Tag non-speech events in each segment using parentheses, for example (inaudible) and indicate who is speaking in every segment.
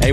Speaker 1: Hey,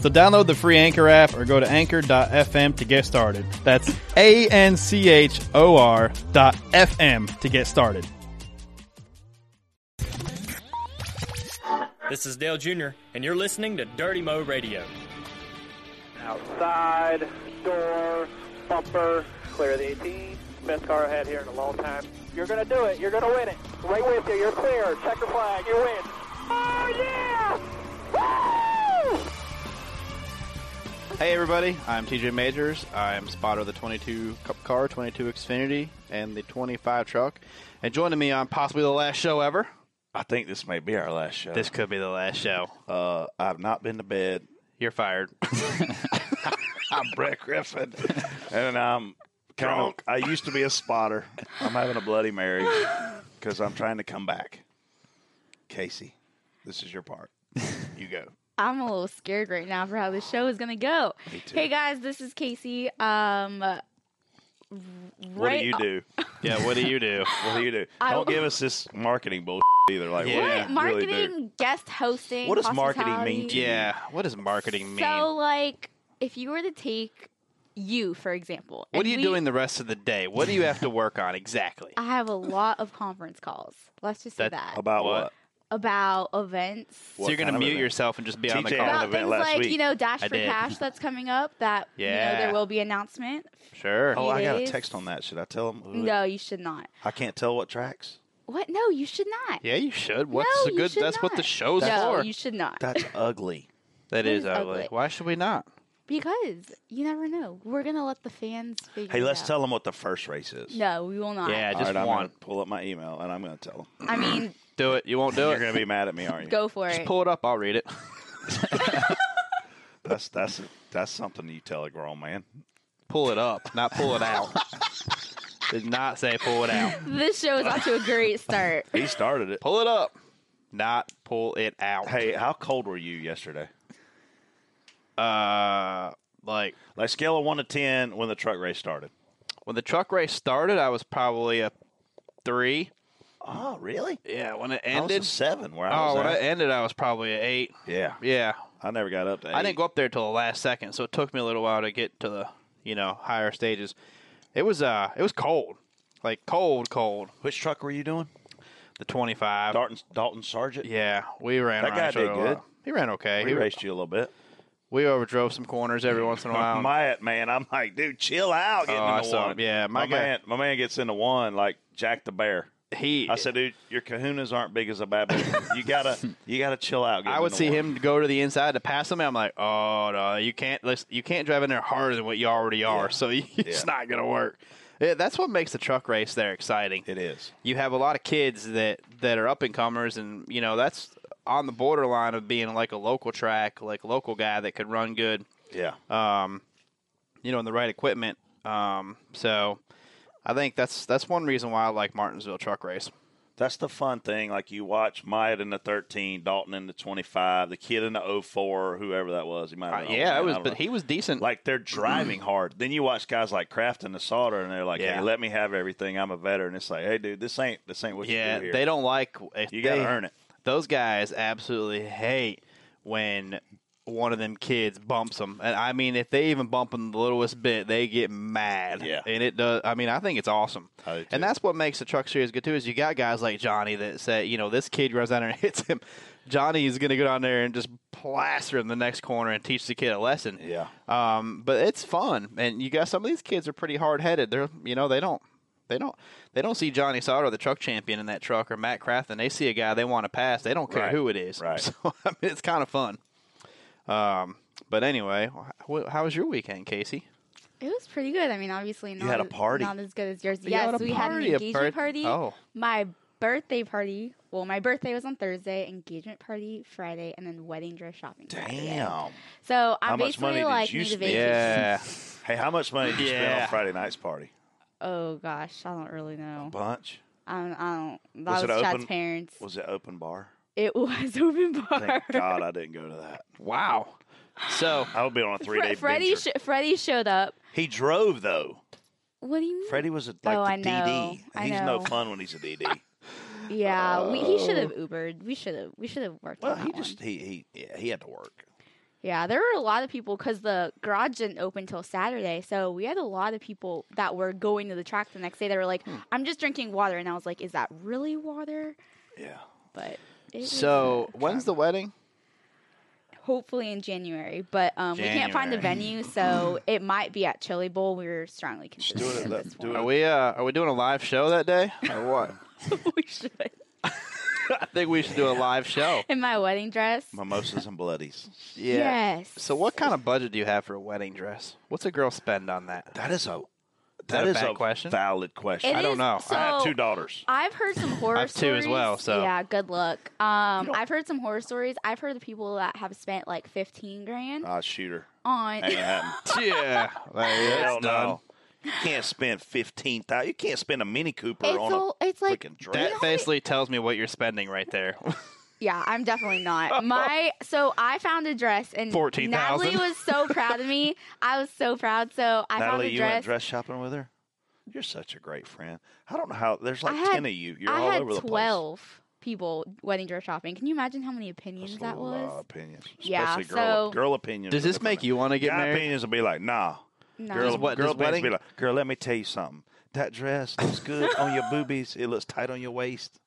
Speaker 2: So download the free Anchor app or go to anchor.fm to get started. That's A N C H O R dot FM to get started.
Speaker 3: This is Dale Jr., and you're listening to Dirty Mo Radio.
Speaker 4: Outside, door, bumper, clear of the 18. Best car I had here in a long time. You're going to do it. You're going to win it. Right with you. You're clear. Checker flag. You win. Oh, yeah! Woo!
Speaker 2: Hey everybody, I'm TJ Majors. I'm spotter of the 22 Cup car, 22 Xfinity, and the 25 truck. And joining me on possibly the last show ever.
Speaker 5: I think this may be our last show.
Speaker 2: This could be the last show.
Speaker 5: uh, I've not been to bed.
Speaker 2: You're fired.
Speaker 5: I'm Brett Griffin, (laughs) and I'm kind of. I used to be a spotter. I'm having a Bloody Mary because I'm trying to come back. Casey, this is your part. You go.
Speaker 6: I'm a little scared right now for how this show is gonna go. Hey guys, this is Casey. Um, right
Speaker 5: What do you do?
Speaker 2: yeah, what do you do?
Speaker 5: What do you do?
Speaker 6: I-
Speaker 5: Don't give us this marketing bullshit either. Like,
Speaker 2: Yeah.
Speaker 5: what do you really
Speaker 6: marketing,
Speaker 5: do?
Speaker 6: guest hosting.
Speaker 5: What does marketing mean to you?
Speaker 2: (laughs) Yeah, what does marketing mean?
Speaker 6: So, like, if you were to take you, for example,
Speaker 2: what
Speaker 6: and
Speaker 2: are you
Speaker 6: we-
Speaker 2: doing the rest of the day? What do you have to work on exactly?
Speaker 6: I have a lot of conference calls. Let's just say
Speaker 2: That-
Speaker 6: that
Speaker 5: About what?
Speaker 2: What?
Speaker 6: about events,
Speaker 2: so you're
Speaker 5: What
Speaker 2: going to
Speaker 5: kind of
Speaker 2: mute
Speaker 5: event?
Speaker 2: yourself and just be on the
Speaker 5: TJ
Speaker 2: call.
Speaker 5: had
Speaker 6: about
Speaker 5: an event
Speaker 6: things
Speaker 5: last
Speaker 6: like
Speaker 5: week.
Speaker 6: you know Dash
Speaker 2: I
Speaker 6: for
Speaker 2: did.
Speaker 6: Cash that's coming up. That you know
Speaker 2: Yeah.
Speaker 6: there will be announcement.
Speaker 2: Sure.
Speaker 5: Oh, I got a
Speaker 6: is-
Speaker 5: text on that. Should I tell them?
Speaker 6: No, you should not.
Speaker 5: I can't tell what tracks.
Speaker 6: What? No, you should not.
Speaker 2: Yeah, you should. What's
Speaker 6: No,
Speaker 2: the
Speaker 6: you
Speaker 2: good?
Speaker 6: should
Speaker 2: That's what the
Speaker 6: not.
Speaker 2: show's
Speaker 6: No,
Speaker 2: for.
Speaker 6: you should not.
Speaker 5: That's ugly.
Speaker 2: that is
Speaker 6: is
Speaker 2: ugly.
Speaker 6: ugly.
Speaker 2: Why should we not?
Speaker 6: (laughs) Because you never know. We're gonna let the fans figure.
Speaker 5: Hey,
Speaker 6: it
Speaker 5: let's
Speaker 6: out.
Speaker 5: tell them what the first race is.
Speaker 6: No, we will not.
Speaker 2: Yeah,
Speaker 5: All
Speaker 2: just
Speaker 5: right, I'm
Speaker 2: one.
Speaker 5: gonna pull up my email and I'm going to tell them.
Speaker 6: I
Speaker 2: (clears throat)
Speaker 6: mean,
Speaker 2: Do it. You won't do
Speaker 5: You're
Speaker 2: it.
Speaker 5: going to be mad at me, aren't you?
Speaker 6: go for
Speaker 2: Just
Speaker 6: it.
Speaker 2: pull it up. I'll read it.
Speaker 5: That's that's that's something you tell a grown man.
Speaker 2: pull it up, not pull it (laughs) out. Did not say pull it
Speaker 6: (laughs)
Speaker 2: out.
Speaker 6: This show is off to a
Speaker 2: (laughs)
Speaker 6: great start.
Speaker 5: He started it.
Speaker 2: Pull it up, not pull it out.
Speaker 5: Hey, how cold were you yesterday?
Speaker 2: uh, like
Speaker 5: Like scale of one to ten when the truck race started.
Speaker 2: when the truck race started, I was probably a three.
Speaker 5: Oh, really?
Speaker 2: Yeah, when it
Speaker 5: I was a
Speaker 2: ended,
Speaker 5: seven where I
Speaker 2: oh,
Speaker 5: was
Speaker 2: when
Speaker 5: at.
Speaker 2: it ended, I was probably a eight.
Speaker 5: yeah,
Speaker 2: Yeah,
Speaker 5: I never got up to.
Speaker 2: I
Speaker 5: eight.
Speaker 2: didn't go up there till the last second, so it took me a little while to get to the you know higher stages. It was uh, it was cold, like cold, cold.
Speaker 5: Which truck were you doing?
Speaker 2: The twenty five.
Speaker 5: Dalton Dalton Sargent.
Speaker 2: Yeah, we ran.
Speaker 5: That
Speaker 2: around
Speaker 5: guy
Speaker 2: each other
Speaker 5: did
Speaker 2: a lot.
Speaker 5: good.
Speaker 2: He ran okay. (laughs)
Speaker 5: he
Speaker 2: He-
Speaker 5: raced you a little bit.
Speaker 2: We overdrove some corners every once
Speaker 5: (laughs)
Speaker 2: in a while.
Speaker 5: my man, I'm like, dude, chill out. Getting
Speaker 2: Oh,
Speaker 5: in
Speaker 2: I
Speaker 5: the
Speaker 2: saw
Speaker 5: one.
Speaker 2: him. Yeah, my
Speaker 5: my
Speaker 2: guy-
Speaker 5: man, my man gets into one like Jack the Bear.
Speaker 2: he,
Speaker 5: I said, dude, your kahunas aren't big as a bad bear. you gotta, you gotta chill out.
Speaker 2: I would see him go to the inside to pass him. and I'm like, oh no, you can't, listen, you can't drive in there harder than what you already are. So (laughs) it's not gonna work. Yeah, that's what makes the truck race there exciting.
Speaker 5: It is.
Speaker 2: you have a lot of kids that that are up and comers, and you know that's on the borderline of being like a local track, like a local guy that could run good.
Speaker 5: Yeah.
Speaker 2: um, you know, in the right equipment. Um, so I think that's that's one reason why I like Martinsville truck race.
Speaker 5: That's the fun thing. Like you watch Myatt in the 13, Dalton in the 25, the kid in the 04, whoever that was. He
Speaker 2: Uh,
Speaker 5: might have been an old
Speaker 2: yeah,
Speaker 5: man,
Speaker 2: it
Speaker 5: I
Speaker 2: was,
Speaker 5: don't
Speaker 2: but
Speaker 5: know.
Speaker 2: he was decent.
Speaker 5: Like
Speaker 2: (clears throat)
Speaker 5: they're driving hard. Then you watch guys like Kraft and the Solder, and they're like,
Speaker 2: Yeah.
Speaker 5: "Hey, let me have everything. I'm a veteran." It's like, "Hey, dude, this ain't this ain't what
Speaker 2: yeah,
Speaker 5: you do here."
Speaker 2: they don't like. If
Speaker 5: You gotta
Speaker 2: they-
Speaker 5: earn it.
Speaker 2: Those guys absolutely hate when one of them kids bumps them, and I mean, if they even bump them the littlest bit, they get mad.
Speaker 5: Yeah.
Speaker 2: and it does. I mean, I think it's awesome,
Speaker 5: I do, too.
Speaker 2: and that's what makes the truck series good too. Is you got guys like Johnny that say, you know, this kid runs down there and (laughs) hits him. Johnny is going to go down there and just plaster him the next corner and teach the kid a lesson.
Speaker 5: Yeah.
Speaker 2: Um, but it's fun, and you got some of these kids are pretty hard headed. They're you know they don't They don't they don't see Johnny Sauter, the truck champion, in that truck or Matt Crafton. They see a guy they want to pass. They don't care
Speaker 5: Right.
Speaker 2: who it is. (laughs)
Speaker 5: Right.
Speaker 2: So I mean, it's kind of fun. Um, but anyway, wh- how was your weekend, Casey?
Speaker 6: It was pretty good. I mean, obviously not
Speaker 5: had a
Speaker 6: as-
Speaker 5: party.
Speaker 6: not as good as yours.
Speaker 2: You
Speaker 6: yes,
Speaker 2: had a
Speaker 6: we had an
Speaker 2: party, a
Speaker 6: engagement
Speaker 2: birth-
Speaker 6: party.
Speaker 2: oh.
Speaker 6: My birthday party. Well, my birthday was on Thursday, engagement party Friday, and then wedding dress shopping. Saturday.
Speaker 5: Damn.
Speaker 6: So I'm
Speaker 5: How much
Speaker 6: basically
Speaker 5: money did
Speaker 6: like
Speaker 5: you
Speaker 6: need a
Speaker 5: spend?
Speaker 6: vacation.
Speaker 2: Yeah.
Speaker 5: Hey, how much money did you spend
Speaker 2: Yeah.
Speaker 5: on Friday night's party?
Speaker 6: Oh gosh, I don't really know.
Speaker 5: Bunch.
Speaker 6: I don't. I don't
Speaker 5: Was
Speaker 6: that
Speaker 5: it
Speaker 6: was, Chad's
Speaker 5: open?
Speaker 6: parents.
Speaker 5: Was it open bar?
Speaker 6: it (laughs) was open bar. (laughs)
Speaker 5: Thank God I didn't go to that.
Speaker 2: wow. So
Speaker 5: I would be on a three
Speaker 6: Fre-
Speaker 5: day
Speaker 6: Freddie,
Speaker 5: venture.
Speaker 6: sh- Freddie showed up.
Speaker 5: he drove though.
Speaker 6: What do you mean?
Speaker 5: Freddie was a, like
Speaker 6: Oh,
Speaker 5: the
Speaker 6: I know.
Speaker 5: DD.
Speaker 6: I
Speaker 5: He's
Speaker 6: know.
Speaker 5: no fun when he's a DD.
Speaker 6: yeah, we, he should have Ubered. We should have. We should have worked.
Speaker 5: Oh. well,
Speaker 6: on
Speaker 5: he
Speaker 6: that one.
Speaker 5: just he he yeah, he had to work.
Speaker 6: Yeah, there were a lot of people because the garage didn't open till Saturday, so we had a lot of people that were going to the track the next day. They were like,
Speaker 5: Hmm.
Speaker 6: "I'm just drinking water," and I was like, "Is that really water?"
Speaker 5: Yeah.
Speaker 6: But it was,
Speaker 2: so when's the wedding?
Speaker 6: uh, hopefully in January, but um, we can't find a venue,
Speaker 5: (clears throat)
Speaker 6: so it might be at Chili Bowl. We are strongly considering
Speaker 5: it, let-
Speaker 6: this
Speaker 5: do
Speaker 6: one.
Speaker 2: Are we uh, are we doing a live show that day or what?
Speaker 6: (laughs) we should
Speaker 2: (laughs) I think we should do a live show.
Speaker 6: in my wedding dress.
Speaker 5: Mimosas and bloodies.
Speaker 6: Yes.
Speaker 2: So what kind of budget do you have for a wedding dress? What's a girl spend on that? (laughs)
Speaker 5: That is a
Speaker 2: that a
Speaker 5: is
Speaker 2: bad
Speaker 5: a
Speaker 2: question?
Speaker 5: valid question.
Speaker 6: It
Speaker 2: I don't
Speaker 6: is-
Speaker 2: know.
Speaker 5: I have
Speaker 6: so-
Speaker 5: two daughters.
Speaker 6: I've heard some horror
Speaker 2: I have two
Speaker 6: stories.
Speaker 2: as well, so-
Speaker 6: yeah, good luck. Um, I've heard some horror stories. I've heard the people that have spent like fifteen grand
Speaker 5: Ah, shooter.
Speaker 6: on. (laughs)
Speaker 5: Ain't happening.
Speaker 2: yeah, like,
Speaker 5: Hell
Speaker 2: that's done.
Speaker 5: no. You can't spend fifteen thousand. You can't spend a Mini Cooper
Speaker 6: It's
Speaker 5: on a
Speaker 6: all. It's like
Speaker 2: That
Speaker 5: freaking dress.
Speaker 6: know-
Speaker 2: basically tells me what you're spending right there. (laughs)
Speaker 6: Yeah, I'm definitely
Speaker 5: (laughs)
Speaker 6: not. My so I found a dress and
Speaker 2: 14,000.
Speaker 6: Natalie was so proud of
Speaker 5: (laughs)
Speaker 6: me. I was so proud. So I
Speaker 5: Natalie,
Speaker 6: found a
Speaker 5: you went
Speaker 6: dress.
Speaker 5: dress shopping with her. You're such a great friend. I don't know how. There's like
Speaker 6: I had-
Speaker 5: ten of you. You're
Speaker 6: I
Speaker 5: all
Speaker 6: had
Speaker 5: over the place.
Speaker 6: twelve people wedding dress shopping. Can you imagine how many opinions
Speaker 5: Just
Speaker 6: that
Speaker 5: little,
Speaker 6: was?
Speaker 5: uh, opinions.
Speaker 6: Yeah,
Speaker 5: Especially
Speaker 6: so-
Speaker 5: girl, girl opinions.
Speaker 2: Does
Speaker 5: are
Speaker 2: this
Speaker 5: different
Speaker 2: make
Speaker 5: than-
Speaker 2: you want to get
Speaker 5: guy
Speaker 2: married?
Speaker 5: opinions will be like, nah.
Speaker 6: No.
Speaker 5: Girl,
Speaker 2: Does what- does
Speaker 5: girl opinions be
Speaker 2: wedding-
Speaker 5: like, girl, let me tell you something. That dress looks good on your boobies. It looks tight on your waist.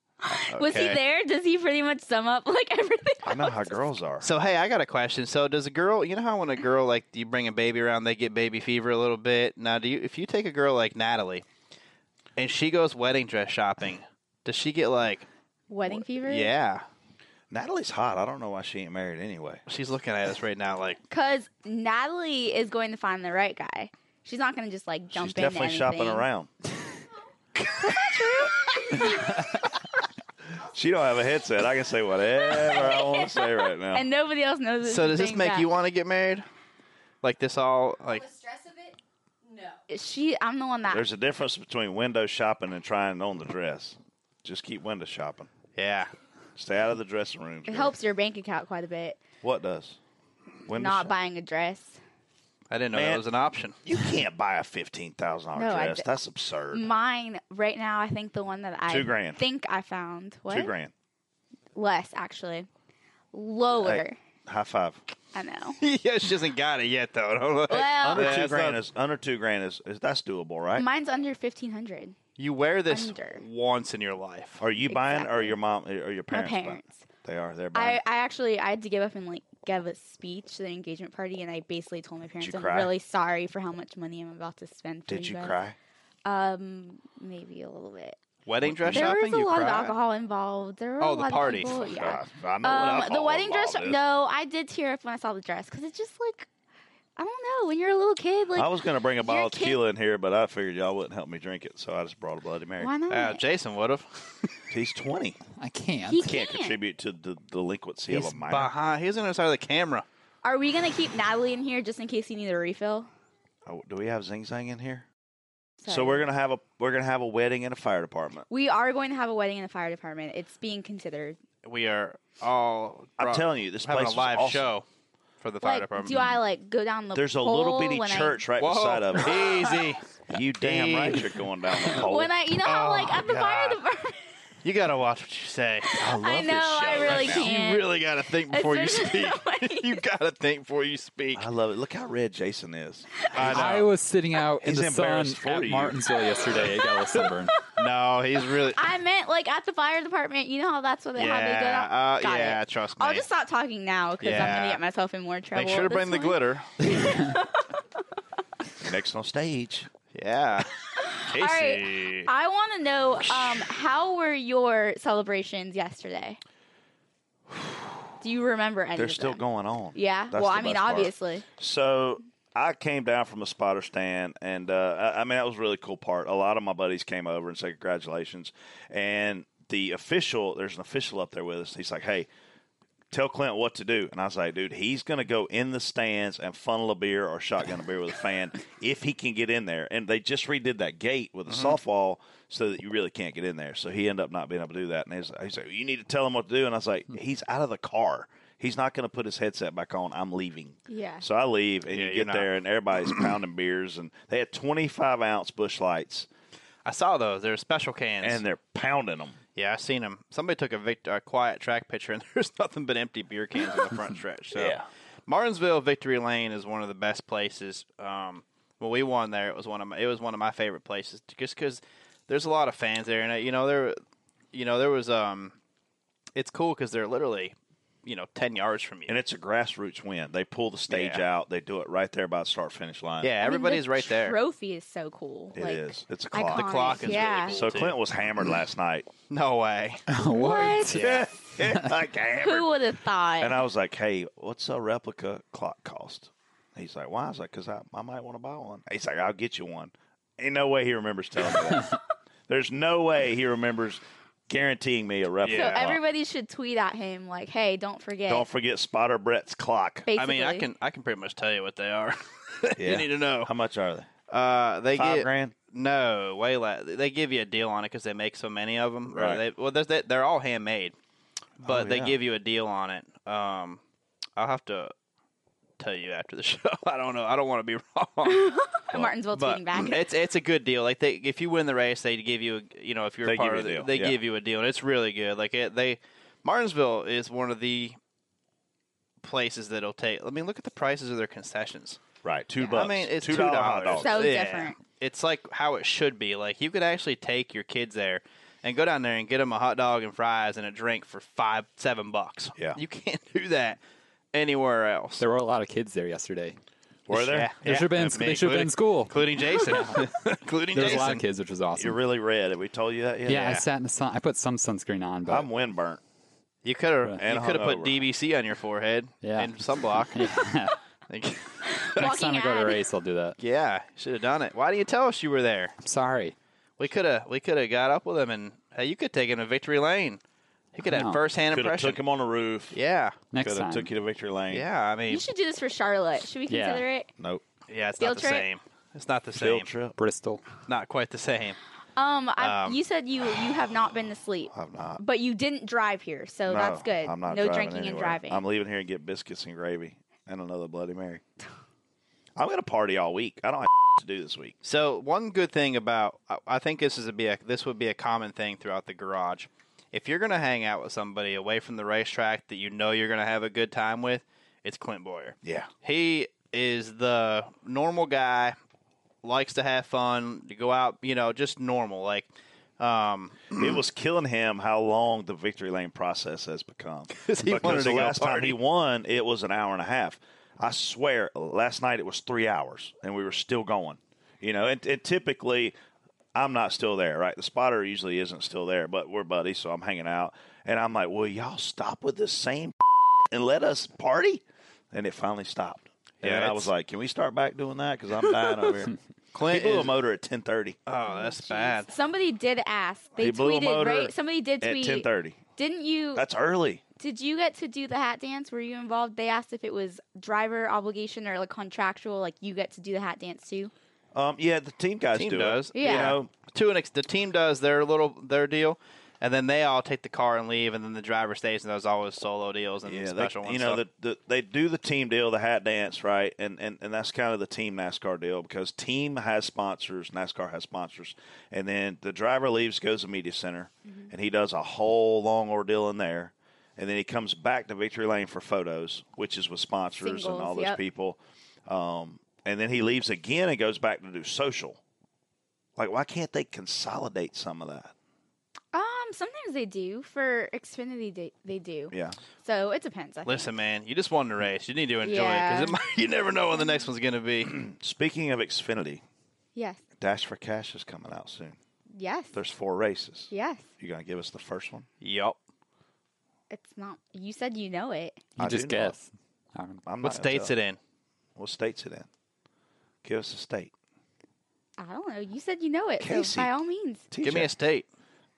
Speaker 6: Was he
Speaker 5: Okay.
Speaker 6: there? Does he pretty much sum up like (laughs) everything?
Speaker 5: I know how girls
Speaker 6: (laughs)
Speaker 5: are.
Speaker 2: So hey, I got a question. So does a girl, you know how when a girl like you bring a baby around, they get baby fever a little bit. Now, do you if you take a girl like Natalie, and she goes wedding dress shopping, does she get like
Speaker 6: Wedding fever?
Speaker 2: yeah?
Speaker 5: Natalie's hot. I don't know why she ain't married anyway.
Speaker 2: She's looking at us right now like
Speaker 6: Because Natalie is going to find the right guy. She's not going to just like jump
Speaker 5: She's
Speaker 6: into
Speaker 5: definitely shopping
Speaker 6: anything.
Speaker 5: around.
Speaker 6: (laughs)
Speaker 5: she don't have a headset. I can say whatever I want to say right now.
Speaker 6: And nobody else knows. that
Speaker 2: So
Speaker 6: she's
Speaker 2: does this
Speaker 6: saying
Speaker 2: make
Speaker 6: that.
Speaker 2: you want to get married? Like this all like
Speaker 7: stress of it? No.
Speaker 6: She, I'm the one that
Speaker 5: There's a difference between window shopping and trying on the dress. Just keep window shopping.
Speaker 2: yeah.
Speaker 5: Stay out of the dressing room.
Speaker 6: it helps your bank account quite a bit.
Speaker 5: What does? Window
Speaker 6: Not
Speaker 5: shop-
Speaker 6: buying a dress.
Speaker 2: I didn't know that
Speaker 5: Man.
Speaker 2: was an option. (laughs)
Speaker 5: You can't buy a fifteen thousand
Speaker 6: No,
Speaker 5: dollar
Speaker 6: I
Speaker 5: dress.
Speaker 6: d-
Speaker 5: That's absurd.
Speaker 6: Mine right now, I think the one that I
Speaker 5: Two grand.
Speaker 6: think I found what
Speaker 5: Two grand.
Speaker 6: less actually, lower.
Speaker 5: Hey, high five.
Speaker 6: I know.
Speaker 2: yeah, she hasn't got it yet though. Don't look.
Speaker 6: Well-
Speaker 5: Under
Speaker 2: Yeah,
Speaker 5: two
Speaker 2: that's
Speaker 5: grand
Speaker 2: not-
Speaker 5: is under two grand is, is that's doable, right?
Speaker 6: Mine's under fifteen hundred.
Speaker 2: you wear this
Speaker 6: Under.
Speaker 2: once in your life.
Speaker 5: are you buying or
Speaker 6: Exactly.
Speaker 5: your mom or your
Speaker 6: My
Speaker 5: parents? buying?
Speaker 6: parents.
Speaker 5: They are. They're
Speaker 6: I,
Speaker 5: buying.
Speaker 6: I actually I had to give up and like give a speech to the engagement party, and I basically told my parents
Speaker 5: you
Speaker 6: I'm
Speaker 5: cry?
Speaker 6: really sorry for how much money I'm about to spend. For
Speaker 5: Did you
Speaker 6: guys."
Speaker 5: cry?
Speaker 6: Um, maybe a little bit.
Speaker 2: Wedding dress
Speaker 6: There
Speaker 2: shopping.
Speaker 6: was a
Speaker 2: you
Speaker 6: lot of
Speaker 2: cried?
Speaker 6: alcohol involved. There were
Speaker 2: Oh,
Speaker 6: a
Speaker 2: the
Speaker 6: lot
Speaker 2: party.
Speaker 6: Of people, yeah.
Speaker 5: I, I know what
Speaker 6: Um, the
Speaker 5: alcohol
Speaker 6: wedding dress.
Speaker 5: involved is.
Speaker 6: No, I did tear up when I saw the dress because it's just like, I don't know. When you're a little kid, like
Speaker 5: I was going to bring a
Speaker 6: your
Speaker 5: bottle of
Speaker 6: kid-
Speaker 5: tequila in here, but I figured y'all wouldn't help me drink it, so I just brought a Bloody Mary.
Speaker 6: why not?
Speaker 2: Uh, Jason would have.
Speaker 5: He's twenty.
Speaker 8: I can't.
Speaker 6: he
Speaker 5: Can't
Speaker 6: can't.
Speaker 5: contribute to the delinquency
Speaker 2: He's
Speaker 5: of a minor.
Speaker 2: behind. He's on the other side of the camera.
Speaker 6: Are we gonna keep Natalie in here just in case you need a refill?
Speaker 5: Oh, do we have Zing Zang in here? So
Speaker 6: Sorry.
Speaker 5: we're gonna have a we're gonna have a wedding and a fire department.
Speaker 6: we are going to have a wedding in the fire department. It's being considered.
Speaker 2: We are all.
Speaker 5: I'm
Speaker 2: bro-
Speaker 5: telling you, this
Speaker 2: having
Speaker 5: place
Speaker 2: a
Speaker 5: is
Speaker 2: live
Speaker 5: awesome.
Speaker 2: show for the fire
Speaker 6: Like,
Speaker 2: department.
Speaker 6: do I like go down the?
Speaker 5: There's a
Speaker 6: pole
Speaker 5: little bitty
Speaker 6: when I-
Speaker 5: church right
Speaker 2: Whoa,
Speaker 5: beside of it.
Speaker 2: easy.
Speaker 5: You damn right you're going down
Speaker 6: (laughs)
Speaker 5: the pole.
Speaker 6: when I, you know how like
Speaker 5: Oh,
Speaker 6: at the fire
Speaker 2: God.
Speaker 6: department.
Speaker 2: You gotta watch what you
Speaker 6: (laughs)
Speaker 2: say.
Speaker 5: I love
Speaker 6: I
Speaker 5: this
Speaker 6: know.
Speaker 5: show
Speaker 6: I
Speaker 5: right
Speaker 6: really
Speaker 5: now.
Speaker 6: can't.
Speaker 2: You really gotta think before you
Speaker 6: (laughs) Especially
Speaker 2: speak. (laughs)
Speaker 6: when
Speaker 2: you gotta think before you speak.
Speaker 5: I love it. Look how red Jason is.
Speaker 8: I, was sitting out in
Speaker 5: He's
Speaker 8: the sun
Speaker 5: embarrassed for
Speaker 8: at
Speaker 5: you.
Speaker 8: Martinsville yesterday. I got a little sunburn.
Speaker 2: (laughs) No, he's really.
Speaker 6: (laughs) I meant like at the fire department. You know how that's what they have. They go
Speaker 2: yeah,
Speaker 6: down.
Speaker 2: uh,
Speaker 6: Got
Speaker 2: yeah.
Speaker 6: it.
Speaker 2: Trust me.
Speaker 6: I'll just stop talking now because I'm
Speaker 2: Yeah.
Speaker 6: gonna get myself in more trouble.
Speaker 2: Make sure to
Speaker 6: with
Speaker 2: bring the
Speaker 6: this one.
Speaker 2: glitter.
Speaker 5: Next on stage.
Speaker 2: Yeah. (laughs)
Speaker 6: All right. I want to know um, how were your celebrations yesterday? Do you remember any?
Speaker 5: They're
Speaker 6: of
Speaker 5: still
Speaker 6: them?
Speaker 5: going on.
Speaker 6: Yeah.
Speaker 5: That's
Speaker 6: well,
Speaker 5: the
Speaker 6: I mean,
Speaker 5: best part.
Speaker 6: obviously.
Speaker 5: So I came down from the spotter stand, and uh, I, I mean that was a really cool part. A lot of my buddies came over and said congratulations, and the official, there's an official up there with us. He's like, "Hey, tell Clint what to do," and I was like, "Dude, he's gonna go in the stands and funnel a beer or shotgun a beer with
Speaker 6: (laughs)
Speaker 5: a fan if he can get in there." And they just redid that gate with a
Speaker 2: Mm-hmm.
Speaker 5: softball so that you really can't get in there. So he ended up not being able to do that, and he's, he's like, "You need to tell him what to do," and I was
Speaker 2: Hmm.
Speaker 5: like, "He's out of the car." He's not going to put his headset back on. I'm leaving.
Speaker 6: Yeah.
Speaker 5: So I leave, and
Speaker 2: Yeah,
Speaker 5: you
Speaker 2: you're
Speaker 5: get
Speaker 2: not-
Speaker 5: there,
Speaker 2: (clears throat)
Speaker 5: and everybody's pounding beers, and they had 25 ounce bush lights,
Speaker 2: I saw those. They're special cans.
Speaker 5: and they're pounding them.
Speaker 2: yeah, I seen them. Somebody took a, vict- a quiet track picture, and (laughs) there's nothing but empty beer cans in the front stretch. So
Speaker 5: Yeah.
Speaker 2: Martinsville Victory Lane is one of the best places. Um, when we won there, it was one of my, it was one of my favorite places just because there's a lot of fans there, and uh, you know there, you know there was um, it's cool because they're literally, you know, ten yards from you.
Speaker 5: And it's a grassroots win. They pull the stage
Speaker 2: Yeah.
Speaker 5: out. They do it right there by the start finish line.
Speaker 2: yeah,
Speaker 6: I mean, the
Speaker 2: everybody's right there.
Speaker 6: Trophy is so cool.
Speaker 5: it is.
Speaker 6: like,
Speaker 5: It's a clock.
Speaker 2: The clock is really
Speaker 6: yeah.
Speaker 2: cool.
Speaker 5: So Clint was hammered last night.
Speaker 2: no way.
Speaker 6: What?
Speaker 2: Yeah.
Speaker 5: (laughs) like hammered.
Speaker 6: Who would have thought?
Speaker 5: And I was like, "Hey, what's a replica clock cost?" He's like, "Why?" I was like, "Cause I, I might want to buy one." He's like, "I'll get you one." Ain't no way he remembers telling me. that. There's no way he remembers guaranteeing me a
Speaker 6: so
Speaker 5: replica. clock.
Speaker 6: everybody should tweet at him like, "Hey, don't forget."
Speaker 5: Don't forget Spotter Brett's clock.
Speaker 6: basically.
Speaker 2: I mean, I can I can pretty much tell you what they are. (laughs)
Speaker 5: Yeah.
Speaker 2: You need to know.
Speaker 5: How much are they?
Speaker 2: Uh, they
Speaker 5: Five
Speaker 2: get
Speaker 5: grand?
Speaker 2: no way less. They give you a deal on it because they make so many of them.
Speaker 5: Right.
Speaker 2: They, well, there's that- they're all handmade, but
Speaker 5: yeah.
Speaker 2: they give you a deal on it. Um, I'll have to tell you after the (laughs) show. I don't know. I don't want to be (laughs) wrong.
Speaker 6: Martinsville
Speaker 2: but
Speaker 6: tweeting back.
Speaker 2: it's it's a good deal. Like they, if you win the race, they give you a, you know if you're
Speaker 5: They
Speaker 2: a part
Speaker 5: give
Speaker 2: of
Speaker 5: you a
Speaker 2: it,
Speaker 5: deal,
Speaker 2: they
Speaker 5: yeah.
Speaker 2: give you a deal, and it's really good. Like it, they Martinsville is one of the places that'll take. I mean, look at the prices of their concessions.
Speaker 5: Right, two bucks.
Speaker 2: I mean, it's
Speaker 5: two
Speaker 2: two
Speaker 5: dollar hot
Speaker 2: dollars.
Speaker 6: So
Speaker 5: dogs.
Speaker 6: different.
Speaker 2: It's like how it should be. Like you could actually take your kids there and go down there and get them a hot dog and fries and a drink for five, seven bucks.
Speaker 5: Yeah.
Speaker 2: you can't do that anywhere else.
Speaker 8: There were a lot of kids there yesterday.
Speaker 5: Were there?
Speaker 2: Yeah.
Speaker 8: There should have been.
Speaker 2: me
Speaker 8: They should have been in
Speaker 2: included.
Speaker 8: school.
Speaker 2: including
Speaker 5: (laughs)
Speaker 2: Jason, including
Speaker 8: There was a
Speaker 2: Jason.
Speaker 8: lot of kids, which was awesome.
Speaker 5: You're really red. Have we told you that yet?
Speaker 8: yeah, I sat in the sun. I put some sunscreen on, but
Speaker 5: I'm windburnt.
Speaker 2: You could have
Speaker 5: And
Speaker 2: you could have put
Speaker 5: hungover.
Speaker 2: DBC on your forehead
Speaker 8: Yeah.
Speaker 2: and sunblock. Like,
Speaker 8: next time I go to a race, I'll do that.
Speaker 2: yeah, should have done it. Why didn't you tell us you were there?
Speaker 8: I'm sorry.
Speaker 2: We could have we could have got up with him and hey, you could take him to victory lane. You could
Speaker 8: know.
Speaker 2: have first hand
Speaker 5: Could have
Speaker 2: impression.
Speaker 5: took him on the roof.
Speaker 2: Yeah,
Speaker 8: Next
Speaker 5: Could
Speaker 8: time.
Speaker 5: have took you to victory lane.
Speaker 2: yeah. I mean,
Speaker 6: you should do this for Charlotte. Should we
Speaker 8: Yeah.
Speaker 6: consider it?
Speaker 5: Nope.
Speaker 2: yeah. It's
Speaker 6: Field
Speaker 2: not the
Speaker 6: trip?
Speaker 2: same. It's not the same.
Speaker 5: Field trip.
Speaker 8: Bristol.
Speaker 2: Not quite the same.
Speaker 6: Um, I,
Speaker 2: Um,
Speaker 6: you said you you have not been to
Speaker 5: (sighs)
Speaker 6: sleep,
Speaker 5: I'm not.
Speaker 6: but you didn't drive here, so
Speaker 5: No,
Speaker 6: that's good.
Speaker 5: Uh, I'm not.
Speaker 6: no
Speaker 5: driving
Speaker 6: drinking and
Speaker 5: anywhere.
Speaker 6: driving.
Speaker 5: I'm leaving here and get biscuits and gravy and another
Speaker 6: (laughs)
Speaker 5: Bloody Mary. I'm gonna party all week. I don't have (laughs) to do this week.
Speaker 2: So one good thing about I- I think this is a be a, this would be a common thing throughout the garage. If you're gonna hang out with somebody away from the racetrack that you know you're gonna have a good time with, it's Clint Boyer.
Speaker 5: Yeah.
Speaker 2: He is the normal guy, likes to have fun, to go out, you know, just normal. Like, um,
Speaker 5: it was killing him how long the victory lane process has become.
Speaker 2: (laughs) he wanted
Speaker 5: because
Speaker 2: to
Speaker 5: the
Speaker 2: go
Speaker 5: last time
Speaker 2: party.
Speaker 5: he won, it was an hour and a half. I swear, last night it was three hours, and we were still going. You know, and, and typically I'm not still there, right? The spotter usually isn't still there, but we're buddies, so I'm hanging out, and I'm like, "Will y'all stop with this same (laughs) and let us party?" And it finally stopped. And
Speaker 2: Yeah,
Speaker 5: then I
Speaker 2: it's-
Speaker 5: was like, "Can we start back doing that? Because I'm dying
Speaker 2: (laughs)
Speaker 5: over here." He
Speaker 2: Clint
Speaker 5: blew a
Speaker 2: is-
Speaker 5: motor at 10:30.
Speaker 2: oh, that's bad.
Speaker 6: Somebody did ask. They
Speaker 5: He blew a
Speaker 6: tweeted
Speaker 5: motor
Speaker 6: right. Somebody did
Speaker 5: at
Speaker 6: tweet.
Speaker 5: 10:30.
Speaker 6: Didn't you?
Speaker 5: That's early.
Speaker 6: did you get to do the hat dance? Were you involved? They asked if it was driver obligation or like contractual. Like you get to do the hat dance too.
Speaker 5: Um, yeah, the team guys
Speaker 2: team
Speaker 5: do
Speaker 2: does.
Speaker 5: it.
Speaker 6: Yeah.
Speaker 2: You know, to an ex- the team does their little their deal, and then they all take the car and leave, and then the driver stays, and there's always solo deals and
Speaker 5: Yeah, they-
Speaker 2: special ones.
Speaker 5: you
Speaker 2: so-
Speaker 5: know the, the, they do the team deal, the hat dance, right? And, and and that's kind of the team NASCAR deal because team has sponsors, NASCAR has sponsors, and then the driver leaves, goes to media center,
Speaker 6: Mm-hmm.
Speaker 5: and he does a whole long ordeal in there, and then he comes back to victory lane for photos, which is with sponsors and
Speaker 6: Singles,
Speaker 5: all those
Speaker 6: yep.
Speaker 5: people, um, and then he leaves again and goes back to do social. Like, why can't they consolidate some of that?
Speaker 6: Um, sometimes they do for Xfinity. They, they do.
Speaker 5: Yeah.
Speaker 6: So it depends. I think.
Speaker 2: Listen, man, you just won the race. You need to enjoy it (laughs)
Speaker 6: Yeah.
Speaker 5: (clears throat)
Speaker 2: because you never know when the next one's going to be.
Speaker 5: Speaking of Xfinity,
Speaker 6: Yes.
Speaker 5: Dash for Cash is coming out soon.
Speaker 6: Yes.
Speaker 5: There's four races.
Speaker 6: Yes.
Speaker 5: You gonna give us the first one?
Speaker 2: Yup.
Speaker 6: It's not. You said you know it.
Speaker 8: You
Speaker 5: I do
Speaker 8: just
Speaker 5: know it.
Speaker 8: guess. Um,
Speaker 5: I'm
Speaker 2: What
Speaker 5: not gonna
Speaker 2: state's
Speaker 5: tell.
Speaker 2: it in?
Speaker 5: What state's it in? Give us a state.
Speaker 6: I don't know. You said you know it.
Speaker 5: Casey.
Speaker 6: So by all means.
Speaker 2: Give me
Speaker 5: TJ.
Speaker 2: a state.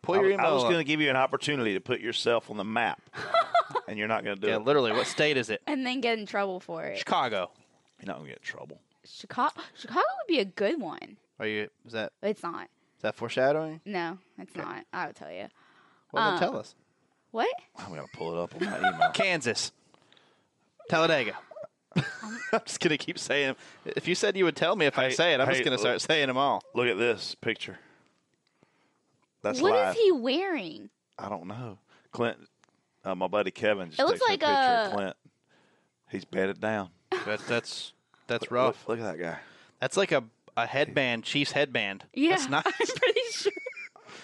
Speaker 2: Pull
Speaker 5: I,
Speaker 2: your
Speaker 5: was-
Speaker 2: email.
Speaker 5: I was
Speaker 2: up.
Speaker 5: going to give you an opportunity to put yourself on the map,
Speaker 2: (laughs)
Speaker 5: and you're not going to do
Speaker 2: yeah,
Speaker 5: it.
Speaker 2: literally. What state is
Speaker 6: (laughs)
Speaker 2: it?
Speaker 6: And then get in trouble for it.
Speaker 2: Chicago.
Speaker 5: You're not going to get in trouble.
Speaker 6: Chicago. Chicago would be a good one.
Speaker 2: Are you? Is that
Speaker 6: But it's not.
Speaker 2: is that foreshadowing?
Speaker 6: No, it's not. I would tell you.
Speaker 2: Well,
Speaker 6: Uh,
Speaker 2: then tell us.
Speaker 6: What?
Speaker 5: I'm going to pull it up on my
Speaker 2: (laughs)
Speaker 5: email.
Speaker 2: Kansas. Talladega. (laughs) I'm just gonna keep saying. If you said you would tell me if I
Speaker 5: Hey,
Speaker 2: say it, I'm
Speaker 5: hey,
Speaker 2: just gonna
Speaker 5: look.
Speaker 2: start saying them all.
Speaker 5: Look at this picture.
Speaker 6: What
Speaker 5: That's
Speaker 6: is
Speaker 5: live.
Speaker 6: he wearing?
Speaker 5: I don't know. Clint, uh, my buddy Kevin just
Speaker 6: It looks
Speaker 5: takes
Speaker 6: like uh,
Speaker 5: a picture
Speaker 6: a-
Speaker 5: of Clint. He's bedded down.
Speaker 2: That's that's that's
Speaker 5: Look,
Speaker 2: rough.
Speaker 5: look at that guy.
Speaker 2: That's like a a headband, Chiefs headband.
Speaker 6: Yeah.
Speaker 2: That's not (laughs)
Speaker 6: (laughs) I'm pretty sure.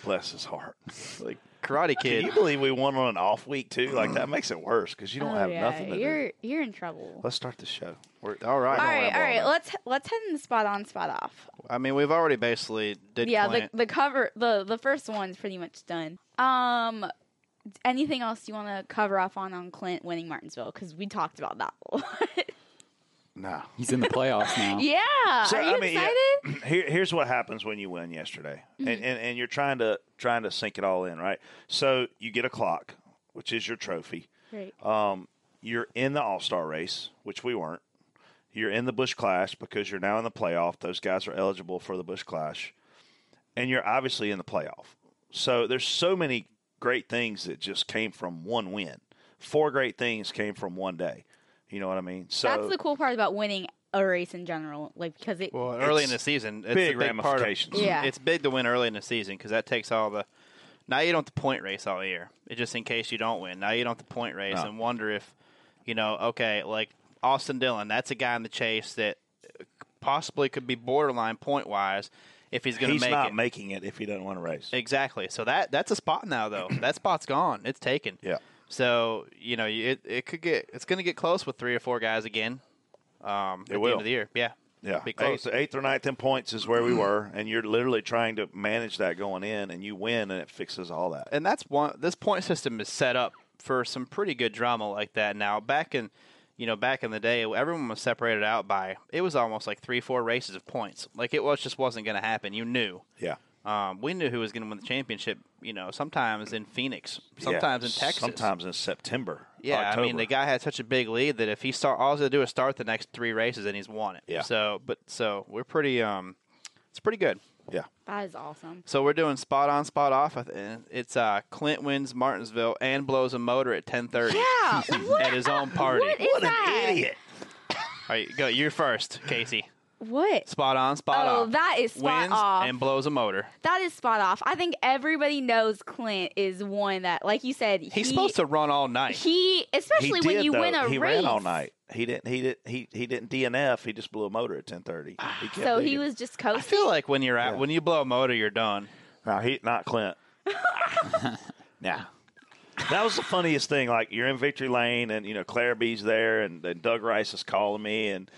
Speaker 5: Bless his heart.
Speaker 2: like Karate
Speaker 5: Can
Speaker 2: Kid.
Speaker 5: you believe we won on an off week too? Like that makes it worse because you don't
Speaker 6: Oh,
Speaker 5: have
Speaker 6: yeah.
Speaker 5: nothing to
Speaker 6: you're
Speaker 5: do.
Speaker 6: you're in trouble.
Speaker 5: Let's start the show. We're,
Speaker 2: All right.
Speaker 6: All
Speaker 5: don't
Speaker 6: right,
Speaker 5: ramble
Speaker 6: all right.
Speaker 5: on that.
Speaker 6: Let's let's head in the spot on, spot off.
Speaker 2: I mean, we've already basically did.
Speaker 6: yeah,
Speaker 2: Clint.
Speaker 6: the the cover the the first one's pretty much done. Um, anything else you want to cover off on on Clint winning Martinsville? Because we talked about that. a
Speaker 5: (laughs)
Speaker 6: lot.
Speaker 5: no.
Speaker 8: he's in the playoffs now.
Speaker 6: yeah,
Speaker 5: So,
Speaker 6: Uh, are you
Speaker 5: I mean, yeah,
Speaker 6: excited?
Speaker 5: (clears throat)
Speaker 6: Mm-hmm.
Speaker 5: here, here's what happens when you win yesterday, and, and and you're trying to trying to sink it all in, right? So you get a clock, which is your trophy.
Speaker 6: Right.
Speaker 5: Um, you're in the All Star race, which we weren't. You're in the Bush Clash because you're now in the playoff. Those guys are eligible for the Bush Clash, and you're obviously in the playoff. So there's so many great things that just came from one win. Four great things came from one day. You know what I mean? So
Speaker 6: That's the cool part about winning a race in general, like because it.
Speaker 2: Well, early in the
Speaker 5: it's
Speaker 2: season, it's
Speaker 5: big
Speaker 2: a big part of-
Speaker 5: ramifications.
Speaker 6: Yeah.
Speaker 2: It's big to win early in the season because that takes all the. Now you don't have to point race all year. It's just in case you don't win. Now you don't have to point race
Speaker 5: No.
Speaker 2: and wonder if, you know, okay, like Austin Dillon, that's a guy in the chase that possibly could be borderline point wise if he's going to
Speaker 5: He's
Speaker 2: make
Speaker 5: not
Speaker 2: it.
Speaker 5: making it if he doesn't want to race.
Speaker 2: exactly. So that that's a spot now though. that spot's gone. It's taken.
Speaker 5: Yeah.
Speaker 2: So you know you- it it could get it's going to get close with three or four guys again. Um, at the
Speaker 5: will.
Speaker 2: end of the year. Yeah.
Speaker 5: Yeah,
Speaker 2: Be close.
Speaker 5: eighth, eighth or ninth in points is where we were, and you're literally trying to manage that going in, and you win, and it fixes all that.
Speaker 2: and that's one this point system is set up for some pretty good drama like that now back in you know back in the day everyone was separated out by it was almost like three four races of points like it was just wasn't going to happen you knew
Speaker 5: Yeah,
Speaker 2: um, we knew who was going to win the championship you know sometimes in phoenix sometimes
Speaker 5: Yeah.
Speaker 2: in texas
Speaker 5: sometimes in September.
Speaker 2: yeah i mean
Speaker 5: October.
Speaker 2: the guy had such a big lead that if he start all he's going to do is start the next three races and he's won it
Speaker 5: Yeah.
Speaker 2: so but so we're pretty um it's pretty good
Speaker 5: Yeah,
Speaker 6: That is awesome.
Speaker 2: so we're doing spot on, spot off. I th- It's uh, Clint wins Martinsville and blows a motor at ten thirty
Speaker 6: Yeah,
Speaker 2: (laughs)
Speaker 6: what,
Speaker 2: at his own party.
Speaker 6: what is that?
Speaker 2: All right, go. You're first, Casey.
Speaker 6: What?
Speaker 2: Spot on, spot
Speaker 6: Oh,
Speaker 2: off.
Speaker 6: that is spot
Speaker 2: wins
Speaker 6: off.
Speaker 2: and blows a motor.
Speaker 6: That is spot off. I think everybody knows Clint is one that, like you said,
Speaker 2: He's supposed to run all night.
Speaker 6: He,
Speaker 5: he
Speaker 6: especially
Speaker 5: did
Speaker 6: when you
Speaker 5: though.
Speaker 6: win a
Speaker 5: he
Speaker 6: race,
Speaker 5: ran all night. He didn't. He didn't. He he didn't DNF. He just blew a motor at ten thirty.
Speaker 2: Ah.
Speaker 6: So he was just
Speaker 2: I
Speaker 6: coasting.
Speaker 2: feel like when you're out, when you blow a motor, you're done.
Speaker 5: No, he not Clint. nah. That was the funniest thing. Like you're in victory lane, and you know Claire B's there, and, and Doug Rice is calling me, and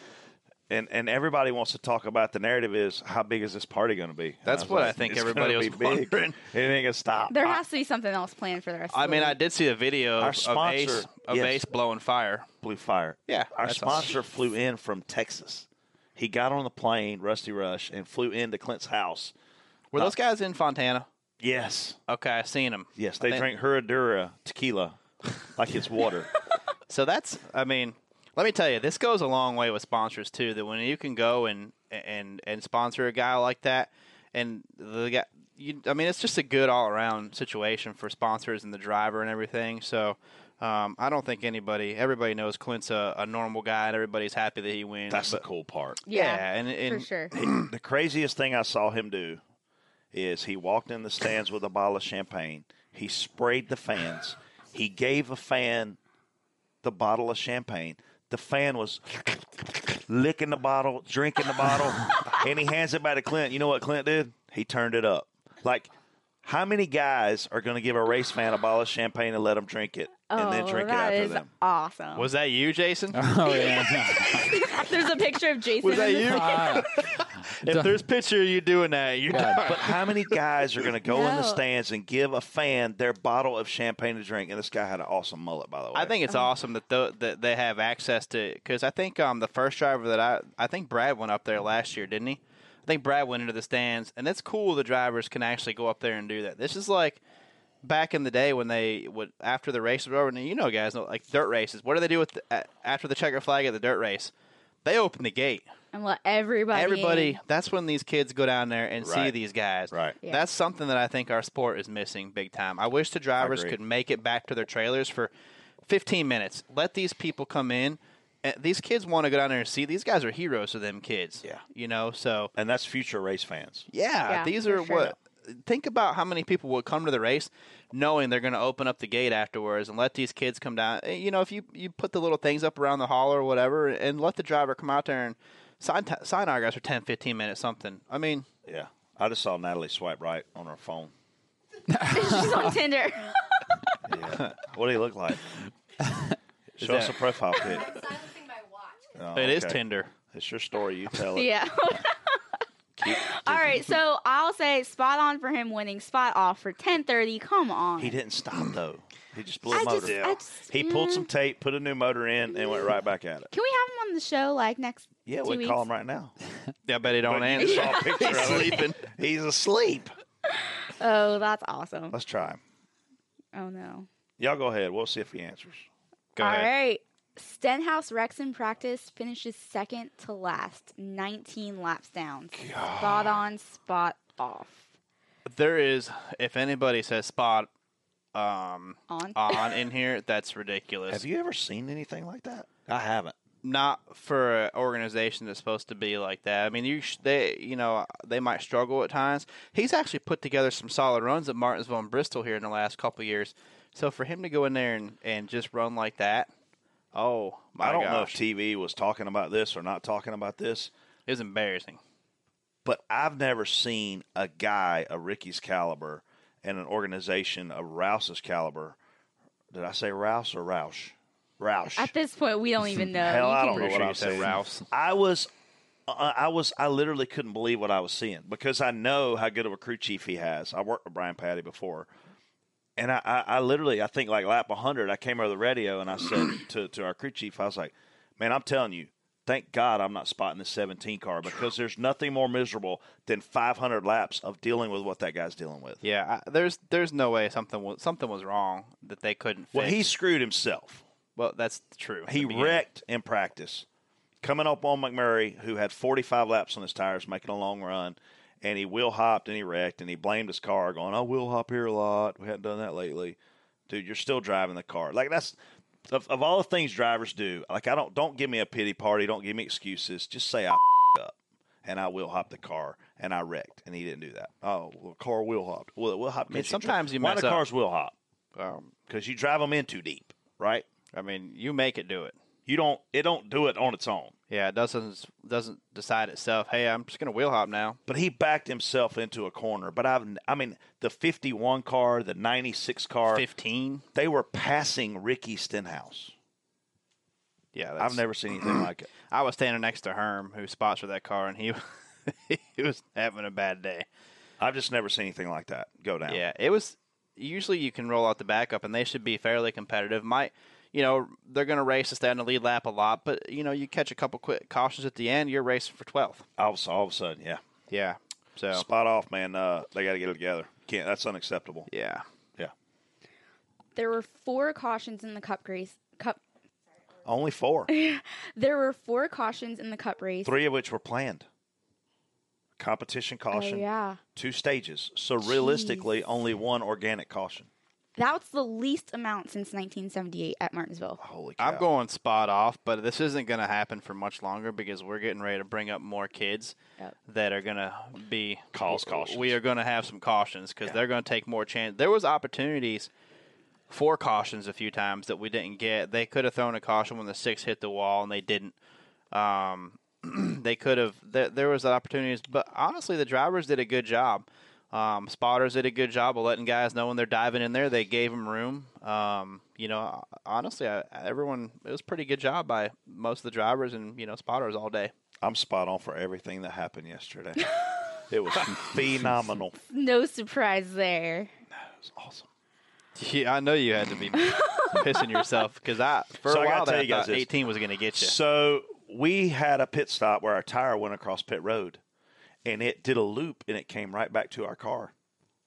Speaker 5: and and everybody wants to talk about the narrative is how big is this party going to be? And
Speaker 2: That's
Speaker 5: was
Speaker 2: what
Speaker 5: like,
Speaker 2: I think
Speaker 5: "It's
Speaker 2: everybody
Speaker 5: gonna
Speaker 2: was
Speaker 5: be big.
Speaker 2: wondering."
Speaker 5: It ain't gonna stop.
Speaker 6: there
Speaker 5: I-
Speaker 6: has to be something else planned for the rest.
Speaker 2: I
Speaker 6: of the
Speaker 2: mean, I
Speaker 6: league.
Speaker 2: did see a video
Speaker 5: Our
Speaker 2: of,
Speaker 5: sponsor-
Speaker 2: of Ace of
Speaker 5: yes.
Speaker 2: Ace blowing fire.
Speaker 5: Blue Fire.
Speaker 2: Yeah,
Speaker 5: Our
Speaker 2: that's awesome.
Speaker 5: sponsor flew in from Texas. He got on the plane, Rusty Rush, and flew into Clint's house. Uh,
Speaker 2: Were those guys in Fontana?
Speaker 5: Yes.
Speaker 2: Okay, I seen them.
Speaker 5: Yes. They
Speaker 2: think-
Speaker 5: drink Herradura tequila like it's water. (laughs)
Speaker 2: So that's, I mean, let me tell you, this goes a long way with sponsors too. That when you can go and and and sponsor a guy like that, and the guy, you, I mean, it's just a good all around situation for sponsors and the driver and everything. So. Um, I don't think anybody, everybody knows Clint's a, a normal guy, and everybody's happy that he wins.
Speaker 5: That's the
Speaker 2: but-
Speaker 5: cool part.
Speaker 2: yeah, and,
Speaker 6: for
Speaker 2: and
Speaker 6: sure.
Speaker 5: the craziest thing I saw him do is he walked in the stands with a bottle of champagne. He sprayed the fans. He gave a fan the bottle of champagne. The fan was licking the bottle, drinking the bottle, (laughs) and he hands it back to Clint. You know what Clint did? He turned it up. Like, how many guys are going to give a race fan a bottle of champagne and let them drink it and then
Speaker 6: Oh,
Speaker 5: drink it
Speaker 6: that
Speaker 5: after
Speaker 6: is
Speaker 5: them?
Speaker 6: awesome.
Speaker 2: was that you, Jason?
Speaker 8: Oh yeah.
Speaker 6: (laughs) There's a picture of Jason.
Speaker 2: Was that
Speaker 6: in the-
Speaker 2: you? (laughs)
Speaker 8: Ah,
Speaker 2: If there's picture of you doing that, you're
Speaker 5: But how many guys are going to go in
Speaker 6: (laughs) No.
Speaker 5: the stands and give a fan their bottle of champagne to drink? And this guy had an awesome mullet, by the way.
Speaker 2: I think it's awesome that th- that they have access to because I think um the first driver that I I think Brad went up there last year, didn't he? I think Brad went into the stands, and it's cool the drivers can actually go up there and do that. This is like back in the day when they would after the race was over, and you know, guys, like dirt races. What do they do with the, a- after the checker flag at the dirt race? They open the gate.
Speaker 6: and let everybody. in.
Speaker 2: Everybody. That's when these kids go down there and see
Speaker 5: Right.
Speaker 2: these guys.
Speaker 5: Right.
Speaker 6: Yeah.
Speaker 2: That's something that I think our sport is missing big time. I wish the drivers
Speaker 5: agree.
Speaker 2: could make it back to their trailers for 15 minutes. Let these people come in. Uh, These kids want to go down there and see. These guys are heroes to them kids.
Speaker 5: Yeah.
Speaker 2: You know, so
Speaker 5: and that's future race fans.
Speaker 2: yeah,
Speaker 6: Yeah,
Speaker 2: these
Speaker 6: for
Speaker 2: are
Speaker 6: sure.
Speaker 2: what. Think about how many people will come to the race knowing they're going to open up the gate afterwards and let these kids come down. Eh, You know, if you, you put the little things up around the hall or whatever and let the driver come out there and sign, t- sign autographs for 10, 15 minutes, something. I mean,
Speaker 5: Yeah. I just saw Natalie swipe right on her phone.
Speaker 6: (laughs) She's on Tinder.
Speaker 2: (laughs)
Speaker 5: Yeah. what do he look like? Show us a
Speaker 2: that- (laughs)
Speaker 5: profile
Speaker 7: I'm
Speaker 5: pic.
Speaker 7: silencing my watch.
Speaker 5: Oh,
Speaker 2: it is
Speaker 5: okay.
Speaker 2: Tinder.
Speaker 5: It's your story. You tell it.
Speaker 6: yeah. All right, so I'll say spot on for him winning, spot off for 10:30. Come on.
Speaker 5: He didn't
Speaker 2: Mm.
Speaker 5: stop though. He just blew
Speaker 6: I
Speaker 5: a motor.
Speaker 6: just- I Yeah. just- mm.
Speaker 5: he pulled
Speaker 6: yeah.
Speaker 5: some tape, put a new motor in, and went right back at it.
Speaker 6: Can we have him on the show like next?
Speaker 5: Yeah,
Speaker 6: two
Speaker 5: we
Speaker 6: weeks?
Speaker 5: call him right now.
Speaker 2: Yeah, I bet he don't
Speaker 5: But
Speaker 6: (laughs)
Speaker 5: you
Speaker 2: answer.
Speaker 5: saw a picture
Speaker 2: He's
Speaker 5: of it.
Speaker 2: sleeping.
Speaker 5: He's asleep.
Speaker 6: Oh, that's awesome.
Speaker 5: Let's try him.
Speaker 6: Oh no.
Speaker 5: Y'all go ahead. We'll see if he answers.
Speaker 2: Go
Speaker 6: All
Speaker 2: ahead.
Speaker 6: right. Stenhouse Rex in practice finishes second to last, 19 laps down. Spot on, spot off.
Speaker 2: There is, if anybody says spot um,
Speaker 6: On.
Speaker 2: on in here, that's ridiculous.
Speaker 5: Have you ever seen anything like that? I haven't.
Speaker 2: not for an organization that's supposed to be like that. I mean, you sh- they you know they might struggle at times. He's actually put together some solid runs at Martinsville and Bristol here in the last couple of years. So for him to go in there and, and just run like that, oh my
Speaker 5: I don't know if
Speaker 2: gosh,
Speaker 5: TV was talking about this or not talking about this,
Speaker 2: it was embarrassing.
Speaker 5: but I've never seen a guy of Ricky's caliber and an organization of Rouse's caliber. Did I say Rouse or Roush? Roush.
Speaker 6: At this point, we don't even know.
Speaker 5: Hell,
Speaker 6: Oh, You
Speaker 5: I
Speaker 6: can-
Speaker 5: don't know
Speaker 2: Pretty
Speaker 5: what
Speaker 2: sure
Speaker 5: I
Speaker 2: you
Speaker 5: was
Speaker 2: said
Speaker 5: saying.
Speaker 2: Rouse.
Speaker 5: I was, uh, I was, I literally couldn't believe what I was seeing because I know how good of a crew chief he has. I worked with Brian Patty before, and I, I, I literally, I think like lap 100, I came over the radio and I (clears throat) said to to our crew chief, I was like, "Man, I'm telling you." Thank God I'm not spotting this 17 car because there's nothing more miserable than 500 laps of dealing with what that guy's dealing with.
Speaker 2: Yeah, I, there's there's no way something was something was wrong that they couldn't. Fix.
Speaker 5: Well, he screwed himself.
Speaker 2: well, that's true.
Speaker 5: He
Speaker 2: The beginning.
Speaker 5: wrecked in practice. Coming up on McMurray, who had 45 laps on his tires, making a long run, and he wheel hopped and he wrecked, and he blamed his car, going, "I wheel hop here a lot. We hadn't done that lately, dude. You're still driving the car. Like that's of, of all the things drivers do. Like I don't don't give me a pity party. Don't give me excuses. Just say I (laughs) up and I wheel hop the car and I wrecked, and he didn't do that. Oh, well, the car wheel hopped. Well, it wheel hopped.
Speaker 2: I mean,
Speaker 5: 'cause dri-
Speaker 2: sometimes you
Speaker 5: why
Speaker 2: mess
Speaker 5: do
Speaker 2: up.
Speaker 5: cars wheel hop
Speaker 2: Um,
Speaker 5: because you drive them in too deep, right?
Speaker 2: I mean, you make it do it.
Speaker 5: You don't. It don't do it on its own.
Speaker 2: Yeah, it doesn't doesn't decide itself. Hey, I'm just gonna wheel hop now.
Speaker 5: but he backed himself into a corner. But I've, I mean, the 51 car, the 96 car,
Speaker 2: Fifteen.
Speaker 5: they were passing Ricky Stenhouse.
Speaker 2: Yeah, that's,
Speaker 5: I've never seen anything like it.
Speaker 2: I was standing next to Herm, who sponsored that car, and he (laughs) he was having a bad day.
Speaker 5: I've just never seen anything like that go down.
Speaker 2: Yeah, it was. Usually, you can roll out the backup, and they should be fairly competitive. Might you know they're going to race us down the lead lap a lot, but you know you catch a couple quick cautions at the end, you're racing for twelfth.
Speaker 5: All of, a su- all of a sudden, yeah.
Speaker 2: Yeah. So
Speaker 5: Spot off, man. Uh, they got to get it together. Can't. That's unacceptable.
Speaker 2: yeah,
Speaker 5: Yeah.
Speaker 6: There were four cautions in the cup race. Cup. (laughs)
Speaker 5: Only four,
Speaker 6: There were four cautions in the cup race.
Speaker 5: three of which were planned. Competition
Speaker 6: Oh,
Speaker 5: caution.
Speaker 6: yeah.
Speaker 5: Two stages. So realistically, only one organic caution.
Speaker 6: That's the least amount since 1978 at Martinsville.
Speaker 5: Holy cow!
Speaker 2: I'm going spot off, but this isn't going to happen for much longer because we're getting ready to bring up more kids
Speaker 6: Yep.
Speaker 2: that are going to be
Speaker 5: Cause
Speaker 2: w-
Speaker 5: cautions.
Speaker 2: We are going to have some cautions because they're going to take more chance. There was opportunities for cautions a few times that we didn't get. They could have thrown a caution when the six hit the wall and they didn't. Um, (clears throat) they could have. There, there was opportunities, but honestly, the drivers did a good job. Um, spotters did a good job of letting guys know when they're diving in there. They gave them room. Um, you know, honestly, I, everyone it was a pretty good job by most of the drivers and you know spotters all day.
Speaker 5: I'm spot on for everything that happened yesterday. it was (laughs) phenomenal. It
Speaker 6: No surprise there.
Speaker 5: was awesome.
Speaker 2: Yeah, I know you had to be pissing yourself because I for
Speaker 5: So I
Speaker 2: a
Speaker 5: gotta
Speaker 2: while
Speaker 5: tell
Speaker 2: there, I
Speaker 5: you guys
Speaker 2: thought
Speaker 5: this.
Speaker 2: 18 was going to get you.
Speaker 5: So we had a pit stop where our tire went across pit road, and it did a loop and it came right back to our car,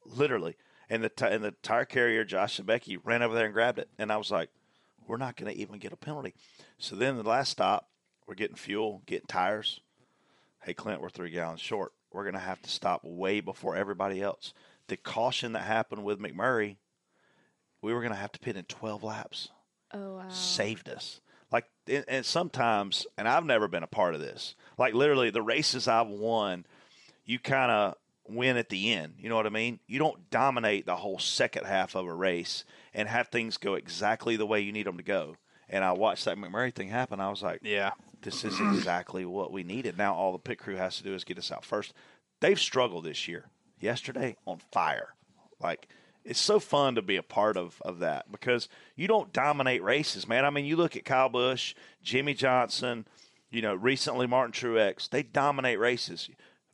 Speaker 5: literally. And the ti and the tire carrier Josh and Becky ran over there and grabbed it, and I was like, "We're not going to even get a penalty." So then the last stop, we're getting fuel, getting tires. Hey Clint, we're three gallons short. We're going to have to stop way before everybody else. The caution that happened with McMurray, we were going to have to pit in twelve laps
Speaker 6: Oh wow.
Speaker 5: saved us. Like, and, and sometimes, and I've never been a part of this. Like, literally, the races I've won, you kind of win at the end. You know what I mean? You don't dominate the whole second half of a race and have things go exactly the way you need them to go. And I watched that McMurray thing happen. I was like,
Speaker 2: yeah,
Speaker 5: this is exactly what we needed. Now all the pit crew has to do is get us out first. They've struggled this year. Yesterday on fire. Like it's so fun to be a part of of that because you don't dominate races, man. I mean, you look at Kyle Busch, Jimmy Johnson, you know, recently Martin Truex, they dominate races.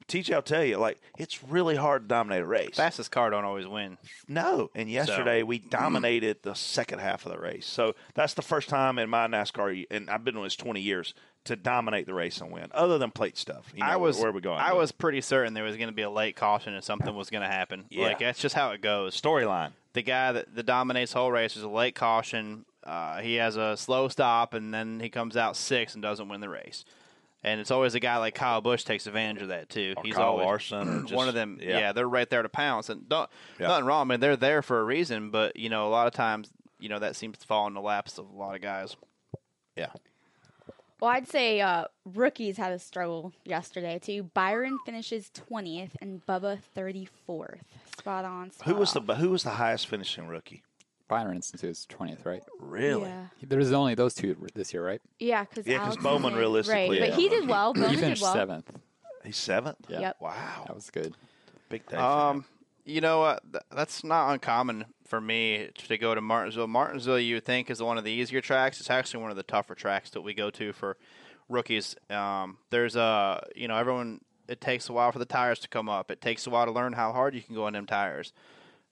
Speaker 5: TJ, I'll tell you, like it's really hard to dominate a race.
Speaker 2: fastest car don't always win.
Speaker 5: No. And yesterday we
Speaker 2: mm.
Speaker 5: dominated the second half of the race. So that's the first time in my NASCAR, and I've been doing this 20 years, to dominate the race and win, other than plate stuff. You know,
Speaker 2: I was
Speaker 5: where are we going?
Speaker 2: I was pretty certain there was going to be a late caution and something was going to happen.
Speaker 5: Yeah.
Speaker 2: Like that's just how it goes.
Speaker 5: storyline.
Speaker 2: The guy that, that dominates the whole race is a late caution. Uh, he has a slow stop and then he comes out sixth and doesn't win the race. And it's always a guy like Kyle Bush takes advantage of that too.
Speaker 5: Or
Speaker 2: He's
Speaker 5: Kyle
Speaker 2: always (clears throat)
Speaker 5: Larson or
Speaker 2: one
Speaker 5: just-
Speaker 2: of them.
Speaker 5: yeah.
Speaker 2: Yeah. they're right there to pounce and don't
Speaker 5: Yeah.
Speaker 2: nothing wrong. I mean, they're there for a reason, but you know, a lot of times, you know, that seems to fall in the laps of a lot of guys.
Speaker 5: Yeah.
Speaker 6: Well, I'd say uh, rookies had a struggle yesterday too. Byron finishes twentieth and Bubba thirty fourth. Spot on. Spot
Speaker 5: Who was the
Speaker 6: off.
Speaker 5: who was the highest finishing rookie?
Speaker 8: Byron instance is twentieth, right?
Speaker 5: Really?
Speaker 6: Yeah,
Speaker 8: There's only those two this year, right?
Speaker 6: yeah, because
Speaker 5: Yeah, 'cause Bowman realistically
Speaker 6: right.
Speaker 5: is
Speaker 6: but he
Speaker 5: a
Speaker 6: did
Speaker 5: rookie.
Speaker 6: well. Bowman
Speaker 8: he
Speaker 6: did
Speaker 8: finished
Speaker 6: well.
Speaker 8: seventh.
Speaker 5: He's seventh.
Speaker 8: Yeah.
Speaker 6: Yep.
Speaker 5: Wow,
Speaker 8: That was good.
Speaker 5: big day. for
Speaker 2: Um,
Speaker 5: him.
Speaker 2: you know what? Th- that's not uncommon for me to go to Martinsville. Martinsville, you would think, is one of the easier tracks. It's actually one of the tougher tracks that we go to for rookies. Um, there's a, you know, everyone. It takes a while for the tires to come up. It takes a while to learn how hard you can go on them tires.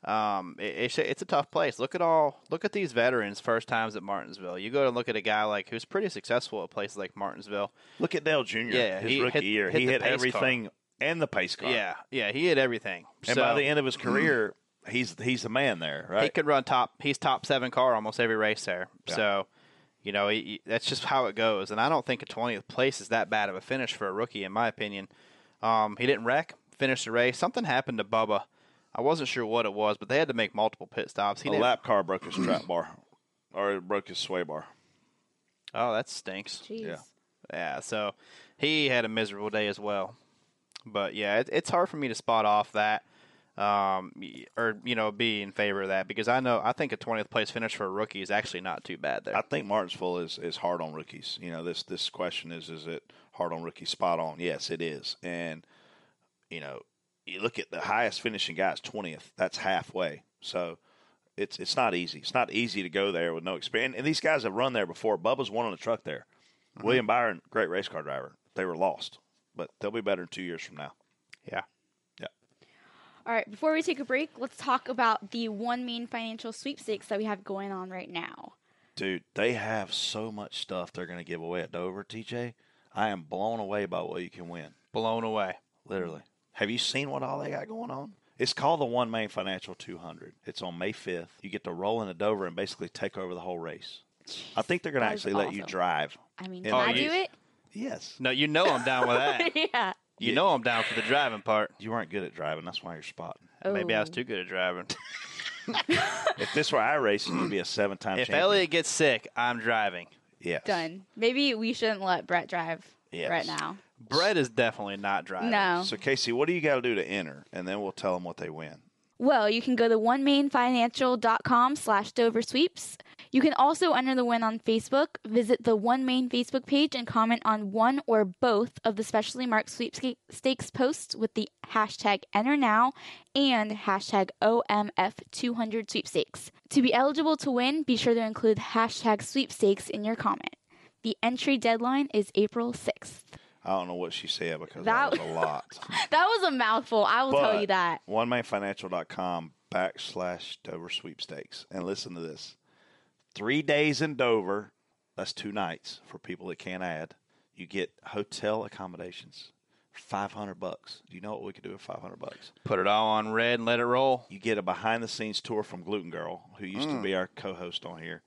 Speaker 2: Um, it, it's a- it's a tough place. Look at all look at these veterans' first times at Martinsville. You go and look at a guy like who's pretty successful at places like Martinsville.
Speaker 5: Look at Dale Jr.
Speaker 2: yeah,
Speaker 5: his
Speaker 2: he
Speaker 5: rookie
Speaker 2: hit-
Speaker 5: year,
Speaker 2: hit
Speaker 5: he
Speaker 2: the
Speaker 5: hit
Speaker 2: pace car.
Speaker 5: everything and the pace car.
Speaker 2: Yeah, yeah, he had everything.
Speaker 5: and
Speaker 2: so,
Speaker 5: by the end
Speaker 2: (clears throat)
Speaker 5: of his career, he's he's the man there, right?
Speaker 2: He could run top. He's top seven car almost every race there.
Speaker 5: Yeah.
Speaker 2: So, you know, he, he- that's just how it goes. And I don't think a 20th place is that bad of a finish for a rookie, in my opinion. Um, he didn't wreck, finished the race. Something happened to Bubba. I wasn't sure what it was, but they had to make multiple pit stops. He
Speaker 5: a
Speaker 2: didn't.
Speaker 5: lap car
Speaker 2: (clears throat)
Speaker 5: broke his trap bar, or it broke his sway bar.
Speaker 2: Oh, that stinks.
Speaker 6: Jeez.
Speaker 5: Yeah.
Speaker 2: Yeah, so he had a miserable day as well. But yeah, it, it's hard for me to spot off that, um, y- or you know, be in favor of that because I know I think a 20th place finish for a rookie is actually not too bad there.
Speaker 5: I think Martinsville is, is hard on rookies. You know, this this question is is it hard on rookies? Spot on. Yes, it is. And you know, you look at the highest finishing guys, twentieth. That's halfway. So it's it's not easy. It's not easy to go there with no experience. And, these guys have run there before. Bubba's won on a truck there. William Byron, great race car driver. They were lost, but they'll be better in two years from now.
Speaker 2: yeah.
Speaker 6: All right. Before we take a break, let's talk about the one main financial sweepstakes that we have going on right now.
Speaker 5: Dude, they have so much stuff they're going to give away at Dover. TJ, I am blown away by what you can win.
Speaker 2: blown away.
Speaker 5: Literally. Have you seen what all they got going on? It's called the One Main Financial 200. It's on May 5th. You get to roll into Dover and basically take over the whole race. I think they're going to
Speaker 6: That is
Speaker 5: actually let you
Speaker 6: awesome.
Speaker 5: drive.
Speaker 6: I mean,
Speaker 5: Yeah.
Speaker 6: can
Speaker 5: Oh,
Speaker 6: I
Speaker 2: you-
Speaker 6: do it?
Speaker 5: Yes.
Speaker 2: No, you know I'm down with that.
Speaker 6: (laughs) yeah.
Speaker 2: You know I'm down for the driving part.
Speaker 5: You weren't good at driving. That's why you're spotting.
Speaker 2: Maybe I was
Speaker 6: Oh.
Speaker 2: too good at driving. (laughs)
Speaker 5: If this were I racing, you'd be a seven time
Speaker 2: if
Speaker 5: champion.
Speaker 2: Elliot gets sick, I'm driving.
Speaker 5: yes.
Speaker 6: Done. Maybe we shouldn't let Brett drive
Speaker 5: Yes.
Speaker 6: right now.
Speaker 2: Brett is definitely not driving.
Speaker 6: No.
Speaker 5: So, Casey, what do you got to do to enter? And then we'll tell them what they win.
Speaker 6: Well, you can go to onemainfinancial.com slash Dover Sweeps. You can also enter the win on Facebook. Visit the One Main Facebook page and comment on one or both of the specially marked sweepstakes posts with the hashtag EnterNow and hashtag OMF200 sweepstakes. To be eligible to win, be sure to include hashtag sweepstakes in your comment. The entry deadline is April 6th.
Speaker 5: I don't know what she said because
Speaker 6: That
Speaker 5: that, was a lot.
Speaker 6: (laughs) That was a mouthful. I will tell you that.
Speaker 5: OneMainFinancial.com backslash Dover sweepstakes. And listen to this. Three days in Dover, that's two nights for people that can't add. You get hotel accommodations. Five hundred bucks. Do you know what we could do with five hundred bucks?
Speaker 2: Put it all on red and let it roll.
Speaker 5: You get a behind the scenes tour from Gluten Girl, who used
Speaker 2: Mm.
Speaker 5: to be our co host on here.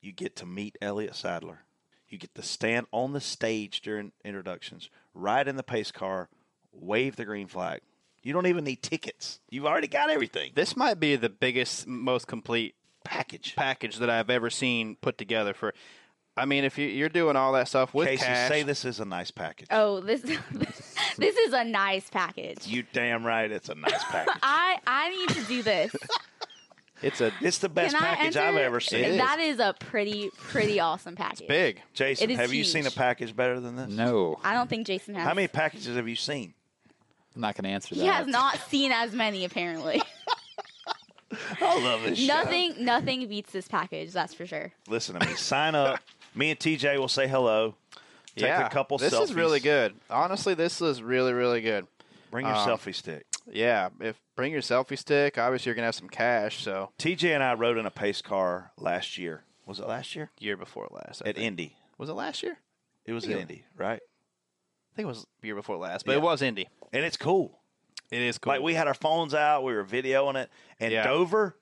Speaker 5: You get to meet Elliot Sadler. You get to stand on the stage during introductions, ride in the pace car, wave the green flag. You don't even need tickets. You've already got everything. The
Speaker 2: This might be the biggest, most complete
Speaker 5: package.
Speaker 2: package that I've ever seen put together for. I mean, if you, you're doing all that stuff with
Speaker 5: Casey,
Speaker 2: cash,
Speaker 5: say this is a nice package.
Speaker 6: Oh, this (laughs) this is a nice package.
Speaker 5: You damn right it's
Speaker 6: (laughs)
Speaker 5: a nice package.
Speaker 6: I I need to do this.
Speaker 2: it's a
Speaker 5: it's the (laughs) best
Speaker 6: Can I
Speaker 5: package
Speaker 6: enter?
Speaker 5: I've ever seen.
Speaker 2: It is.
Speaker 6: That is a pretty pretty awesome package.
Speaker 2: big.
Speaker 5: Jason,
Speaker 6: It is
Speaker 5: have you
Speaker 6: huge.
Speaker 5: seen a package better than this?
Speaker 8: No,
Speaker 6: I don't think Jason has.
Speaker 5: How many packages have you seen?
Speaker 8: I'm not going to answer that.
Speaker 6: He has not seen as many
Speaker 5: (laughs)
Speaker 6: apparently.
Speaker 5: I love this show.
Speaker 6: nothing nothing beats this package. That's for sure.
Speaker 5: Listen to me. Sign (laughs) up. Me and TJ will say hello. Take
Speaker 2: yeah,
Speaker 5: a couple
Speaker 2: This
Speaker 5: selfies.
Speaker 2: is really good. Honestly, this is really really good.
Speaker 5: Bring your
Speaker 2: Um,
Speaker 5: selfie stick.
Speaker 2: Yeah, if bring your selfie stick. Obviously, you're gonna have some cash. So
Speaker 5: TJ and I rode in a pace car last year. Was it last year?
Speaker 2: year before last, I
Speaker 5: At
Speaker 2: think.
Speaker 5: Indy.
Speaker 2: was it last year?
Speaker 5: It was at
Speaker 2: Yeah.
Speaker 5: Indy, right?
Speaker 2: I think it was year before last, but
Speaker 5: Yeah.
Speaker 2: it was Indy.
Speaker 5: And it's cool.
Speaker 2: It is cool.
Speaker 5: Like we had our phones out, we were videoing it, and
Speaker 2: Yeah.
Speaker 5: Dover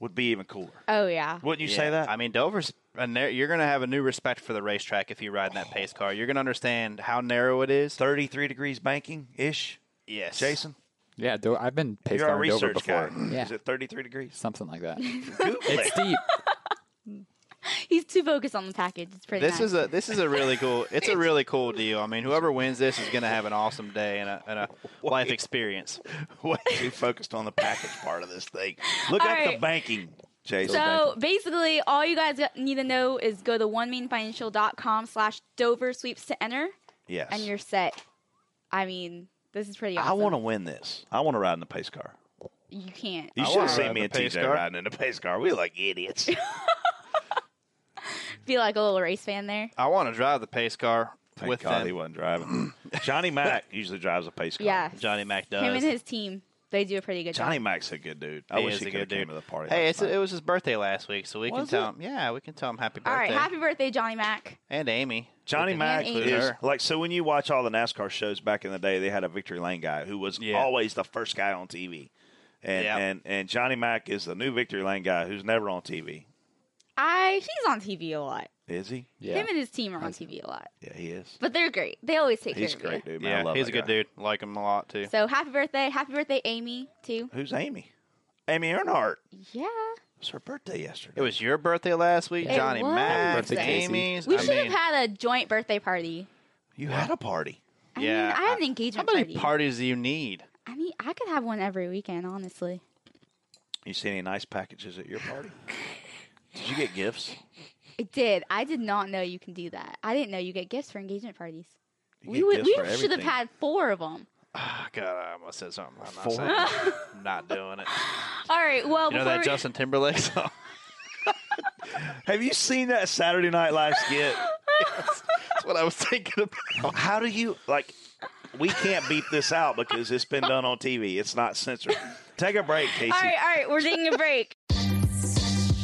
Speaker 5: would be even cooler.
Speaker 6: Oh yeah.
Speaker 5: Wouldn't you
Speaker 2: Yeah.
Speaker 5: say that?
Speaker 2: I mean, Dover's a nar- you're gonna have a new respect for the racetrack if you ride in that pace car. You're gonna understand how narrow it is.
Speaker 5: 33 degrees banking ish,
Speaker 2: Yes,
Speaker 5: Jason.
Speaker 8: Yeah, do- I've been pace
Speaker 5: You're
Speaker 8: car
Speaker 5: our
Speaker 8: over
Speaker 5: research guy.
Speaker 8: before.
Speaker 6: (laughs)
Speaker 8: Yeah,
Speaker 5: Is it 33 degrees?
Speaker 8: something like that.
Speaker 5: Google (laughs)
Speaker 8: it's
Speaker 5: it.
Speaker 8: steep.
Speaker 6: He's too focused on the package. It's pretty.
Speaker 2: This
Speaker 6: nice.
Speaker 2: is a this is a really cool. It's (laughs) a really cool deal. I mean, whoever wins this is gonna have an awesome day and a, and
Speaker 5: (laughs)
Speaker 2: a life experience.
Speaker 5: Way too focused on the package part of this thing. Look
Speaker 6: All
Speaker 5: up the
Speaker 6: right.
Speaker 5: banking, Jason.
Speaker 6: So basically, all you guys got- need to know is go to onemainfinancial.com slash Dover sweeps to enter,
Speaker 5: yes.
Speaker 6: and you're set. I mean, this is pretty awesome.
Speaker 5: I want to win this. I want to ride in the pace car.
Speaker 6: You can't.
Speaker 5: You
Speaker 2: I
Speaker 5: should have
Speaker 2: wanna ride
Speaker 5: seen
Speaker 2: in
Speaker 5: me
Speaker 2: the
Speaker 5: and
Speaker 2: pace
Speaker 5: TJ
Speaker 2: car.
Speaker 5: riding in the pace car. We were like
Speaker 2: (laughs)
Speaker 5: idiots.
Speaker 6: Be like a little race fan there.
Speaker 2: I want to drive the pace car
Speaker 5: Thank
Speaker 2: with
Speaker 5: God
Speaker 2: them.
Speaker 5: he wasn't driving. (laughs) Johnny Mack usually drives a pace car.
Speaker 6: Yeah.
Speaker 2: Johnny Mac does.
Speaker 6: Him and his team, they do a pretty good
Speaker 5: Johnny
Speaker 6: job.
Speaker 5: Mack's a good dude. I
Speaker 2: He
Speaker 5: wish
Speaker 2: is
Speaker 5: he
Speaker 2: a
Speaker 5: could have
Speaker 2: good
Speaker 5: came
Speaker 2: dude.
Speaker 5: to the party.
Speaker 2: hey,
Speaker 5: last
Speaker 2: it's, it
Speaker 5: night.
Speaker 2: was his birthday last week, so we can
Speaker 5: Was it?
Speaker 2: tell him. Yeah, we can tell him happy birthday.
Speaker 6: All right, happy birthday, Johnny Mac.
Speaker 2: and Amy. We
Speaker 5: Johnny
Speaker 2: can
Speaker 5: Mack
Speaker 6: Amy.
Speaker 2: include
Speaker 5: is
Speaker 2: her.
Speaker 5: like so when you watch all the NASCAR shows back in the day, they had a victory lane guy who was
Speaker 2: Yeah.
Speaker 5: always the first guy on TV. And,
Speaker 2: Yeah.
Speaker 5: and and Johnny Mack is the new victory lane guy who's never on TV.
Speaker 6: I he's on TV a lot.
Speaker 5: Is he?
Speaker 8: Yeah,
Speaker 6: Him and his team are on TV a lot,
Speaker 5: Yeah, he is.
Speaker 6: but they're great. They always take
Speaker 5: He's
Speaker 6: care of
Speaker 5: great, dude. Man, I
Speaker 2: Yeah,
Speaker 5: love
Speaker 2: he's
Speaker 5: that
Speaker 2: a good
Speaker 5: guy.
Speaker 2: dude. Like him a lot too.
Speaker 6: you. So happy birthday, happy birthday, Amy too.
Speaker 5: Who's Amy? Amy Earnhardt.
Speaker 6: Yeah,
Speaker 5: It was her birthday yesterday.
Speaker 2: It was your birthday last week,
Speaker 6: It
Speaker 2: Johnny
Speaker 6: was.
Speaker 2: Mack,
Speaker 8: Birthday, Casey.
Speaker 2: Amy's.
Speaker 6: we
Speaker 2: I
Speaker 6: should
Speaker 2: mean,
Speaker 6: have had a joint birthday party.
Speaker 5: you had a party.
Speaker 6: I
Speaker 2: Yeah,
Speaker 6: mean, I had an
Speaker 2: I- how
Speaker 6: engagement
Speaker 2: many
Speaker 6: party.
Speaker 2: parties do you need?
Speaker 6: I mean, I could have one every weekend, honestly.
Speaker 5: You see any nice packages at your party? Did you get gifts?
Speaker 6: It did. I did not know you can do that. I didn't know you get gifts for engagement parties.
Speaker 5: You
Speaker 6: we
Speaker 5: get
Speaker 6: would,
Speaker 5: gifts
Speaker 6: we
Speaker 5: for
Speaker 6: should have
Speaker 5: everything.
Speaker 6: had four of them.
Speaker 2: Oh, God, I almost said something. I'm not,
Speaker 5: Four?
Speaker 2: saying it. I'm not doing
Speaker 6: (laughs)
Speaker 2: it.
Speaker 6: All right. Well,
Speaker 2: You know
Speaker 6: before
Speaker 2: that
Speaker 6: we-
Speaker 2: Justin Timberlake song? (laughs)
Speaker 5: Have you seen that Saturday Night Live skit? (laughs)
Speaker 2: That's what I was thinking about.
Speaker 5: How do you like? We can't beep this out because it's been done on TV. It's not censored. Take a break, Casey.
Speaker 6: all right, all right, we're taking a break. (laughs)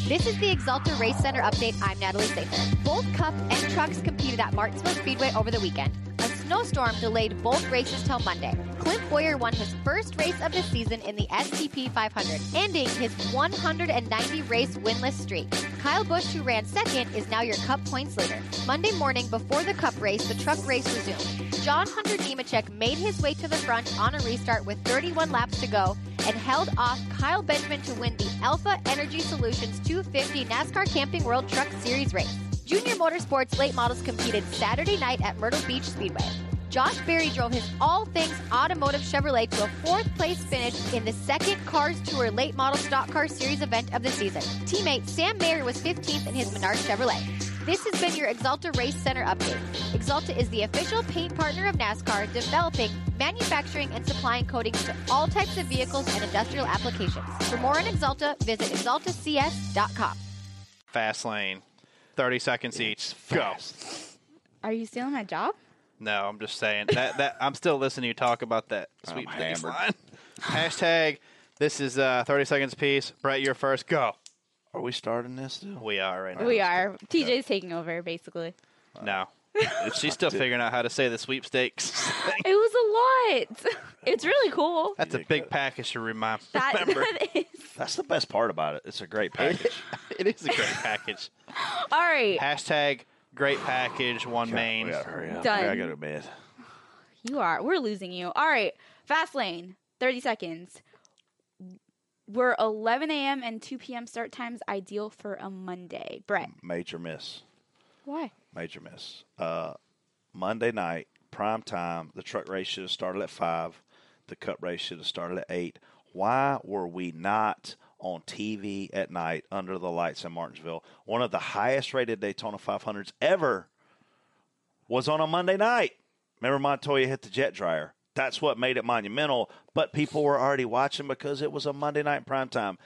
Speaker 9: This is the Exalta Race Center update. I'm Natalie Safel. Both Cup and trucks competed at Martinsville Speedway over the weekend. A snowstorm delayed both races till Monday. Clint Boyer won his first race of the season in the STP 500, ending his 190 race winless streak. Kyle Busch, who ran second, is now your Cup points leader. Monday morning, before the Cup race, the truck race resumed. John Hunter Nemechek made his way to the front on a restart with 31 laps to go and held off Kyle Benjamin to win the Alpha Energy Solutions 250 NASCAR Camping World Truck Series race. Junior Motorsports late models competed Saturday night at Myrtle Beach Speedway. Josh Berry drove his all things automotive Chevrolet to a fourth place finish in the second Cars Tour Late Model Stock Car Series event of the season. Teammate Sam Mayer was 15th in his Menard Chevrolet. This has been your Exalta Race Center update. Exalta is the official paint partner of NASCAR, developing, manufacturing, and supplying coatings to all types of vehicles and industrial applications. For more on Exalta, visit exaltacs.com.
Speaker 2: Fast lane. 30 seconds each. Go.
Speaker 6: Are you stealing my job?
Speaker 2: No, I'm just saying that that I'm still listening to you talk about that sweet things line.
Speaker 5: hammered.
Speaker 2: Hashtag. This is uh, 30 seconds piece. Brett, you're first. Go.
Speaker 5: Are we starting this? Still?
Speaker 2: We are right now.
Speaker 6: We are. TJ's taking over, basically.
Speaker 2: No. She's
Speaker 5: (laughs)
Speaker 2: still figuring out how to say the sweepstakes.
Speaker 6: It was a lot. (laughs) It's really cool.
Speaker 2: That's a big package to (laughs) remind.
Speaker 6: That, (laughs)
Speaker 2: remember.
Speaker 6: that is.
Speaker 5: That's the best part about it. It's a great (laughs) package.
Speaker 2: It is a great package.
Speaker 6: All right.
Speaker 2: Hashtag great package one main.
Speaker 5: we gotta hurry up.
Speaker 6: Done.
Speaker 5: I gotta go to bed.
Speaker 6: You are. We're losing you. All right. Fast lane. 30 seconds. Were 11 a.m. and 2 p.m. start times ideal for a Monday? Brett.
Speaker 5: Major miss.
Speaker 2: Hmm.
Speaker 6: Why?
Speaker 5: Major miss. Uh, Monday night, prime time. The truck race should have started at five. The cup race should have started at eight. Why were we not on TV at night under the lights in Martinsville? One of the highest rated Daytona 500s ever was on a Monday night. Remember Montoya hit the jet dryer. That's what made it monumental, but people were already watching because it was a Monday night prime time.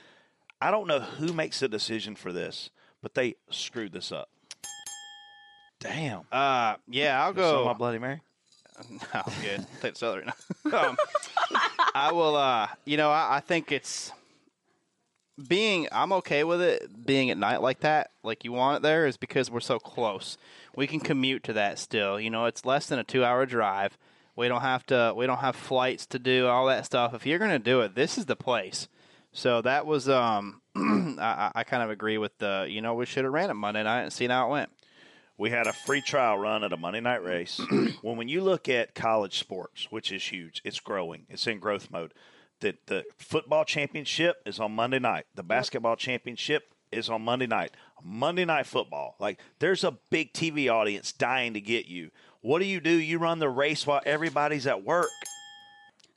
Speaker 5: I don't know who makes the decision for this, but they screwed this up. Damn.
Speaker 2: Uh, yeah, I'll
Speaker 5: So
Speaker 2: go.
Speaker 5: my Bloody Mary.
Speaker 2: No, Oh, I'm good. (laughs) Play the celery now. um, I will. Uh, you know, I, I think it's being. I'm okay with it being at night like that. Like you want it there is because we're so close. We can commute to that still. You know, it's less than a two hour drive. We don't have to. We don't have flights to do all that stuff. If you're gonna do it, this is the place. So that was. Um, (clears throat) I, I I kind of agree with the. You know, we should have ran it Monday night and seen how it went.
Speaker 5: We had a free trial run at a Monday night race. when when you look at college sports, which is huge, it's growing. It's in growth mode. The the football championship is on Monday night. The basketball championship is on Monday night. Monday night football. Like there's a big TV audience dying to get you. What do you do? You run the race while everybody's at work.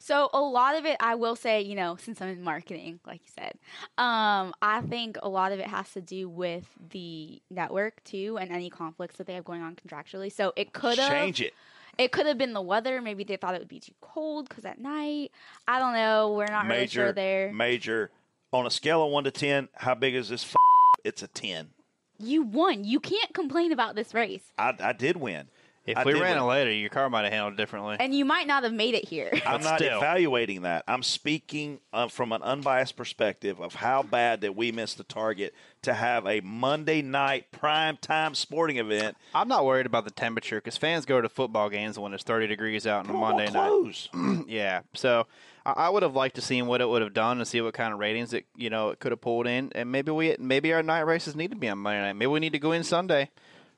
Speaker 6: So a lot of it, I will say, you know, since I'm in marketing, like you said, um, I think a lot of it has to do with the network too, and any conflicts that they have going on contractually. So it could have
Speaker 5: Change it.
Speaker 6: It could have been the weather. Maybe they thought it would be too cold because at night, I don't know. We're not really
Speaker 5: major
Speaker 6: sure there.
Speaker 5: major on a scale of 1 to 10, how big is this f- It's a 10.
Speaker 6: you won. You can't complain about this race,
Speaker 5: I, I did win.
Speaker 2: If
Speaker 5: I
Speaker 2: we
Speaker 5: did
Speaker 2: ran
Speaker 5: win.
Speaker 2: it later, your car might have handled it differently.
Speaker 6: and you might not have made it here. (laughs)
Speaker 5: I'm
Speaker 2: But
Speaker 5: not
Speaker 2: still.
Speaker 5: evaluating that. I'm speaking uh, from an unbiased perspective of how bad that we missed the target to have a Monday night prime time sporting event
Speaker 2: I'm not worried about the temperature because fans go to football games when it's 30 degrees out on a
Speaker 5: Well, we'll
Speaker 2: Monday
Speaker 5: close.
Speaker 2: night. yeah, so I, I would have liked to seen what it would have done and see what kind of ratings it you know it could have pulled in, and maybe we maybe our night races need to be on Monday night. Maybe we need to go in Sunday,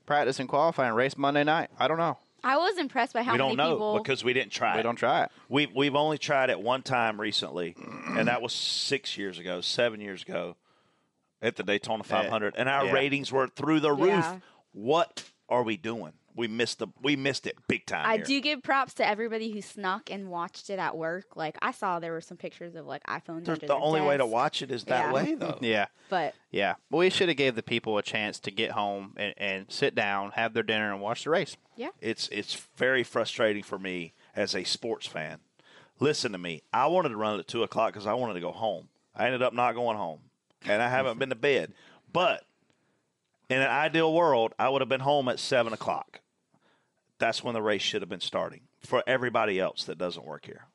Speaker 2: practice and qualify and race Monday night. I don't know.
Speaker 6: I was impressed by how
Speaker 5: we
Speaker 6: many
Speaker 5: don't know
Speaker 6: people.
Speaker 5: because we didn't try.
Speaker 2: We
Speaker 5: it.
Speaker 2: don't try it.
Speaker 5: We we've only tried it one time recently, and that was six years ago, seven years ago, at the Daytona 500, and our
Speaker 2: yeah.
Speaker 5: ratings were through the roof.
Speaker 6: Yeah.
Speaker 5: What are we doing? We missed the we missed it big time.
Speaker 6: I
Speaker 5: here.
Speaker 6: do give props to everybody who snuck and watched it at work. Like I saw there were some pictures of like iPhones.
Speaker 5: The
Speaker 6: under
Speaker 5: the
Speaker 6: their
Speaker 5: only way to
Speaker 6: desk,
Speaker 5: watch it is that
Speaker 6: Yeah.
Speaker 5: way, though.
Speaker 2: Yeah,
Speaker 6: But
Speaker 2: yeah. We should have gave the people a chance to get home and, and sit down, have their dinner, and watch the race.
Speaker 5: it's it's very frustrating for me as a sports fan. Listen to me. I wanted to run it at two o'clock because I wanted to go home. I ended up not going home, and I haven't been to bed. But in an ideal world, I would have been home at seven o'clock. That's when the race should have been starting for everybody else that doesn't work here.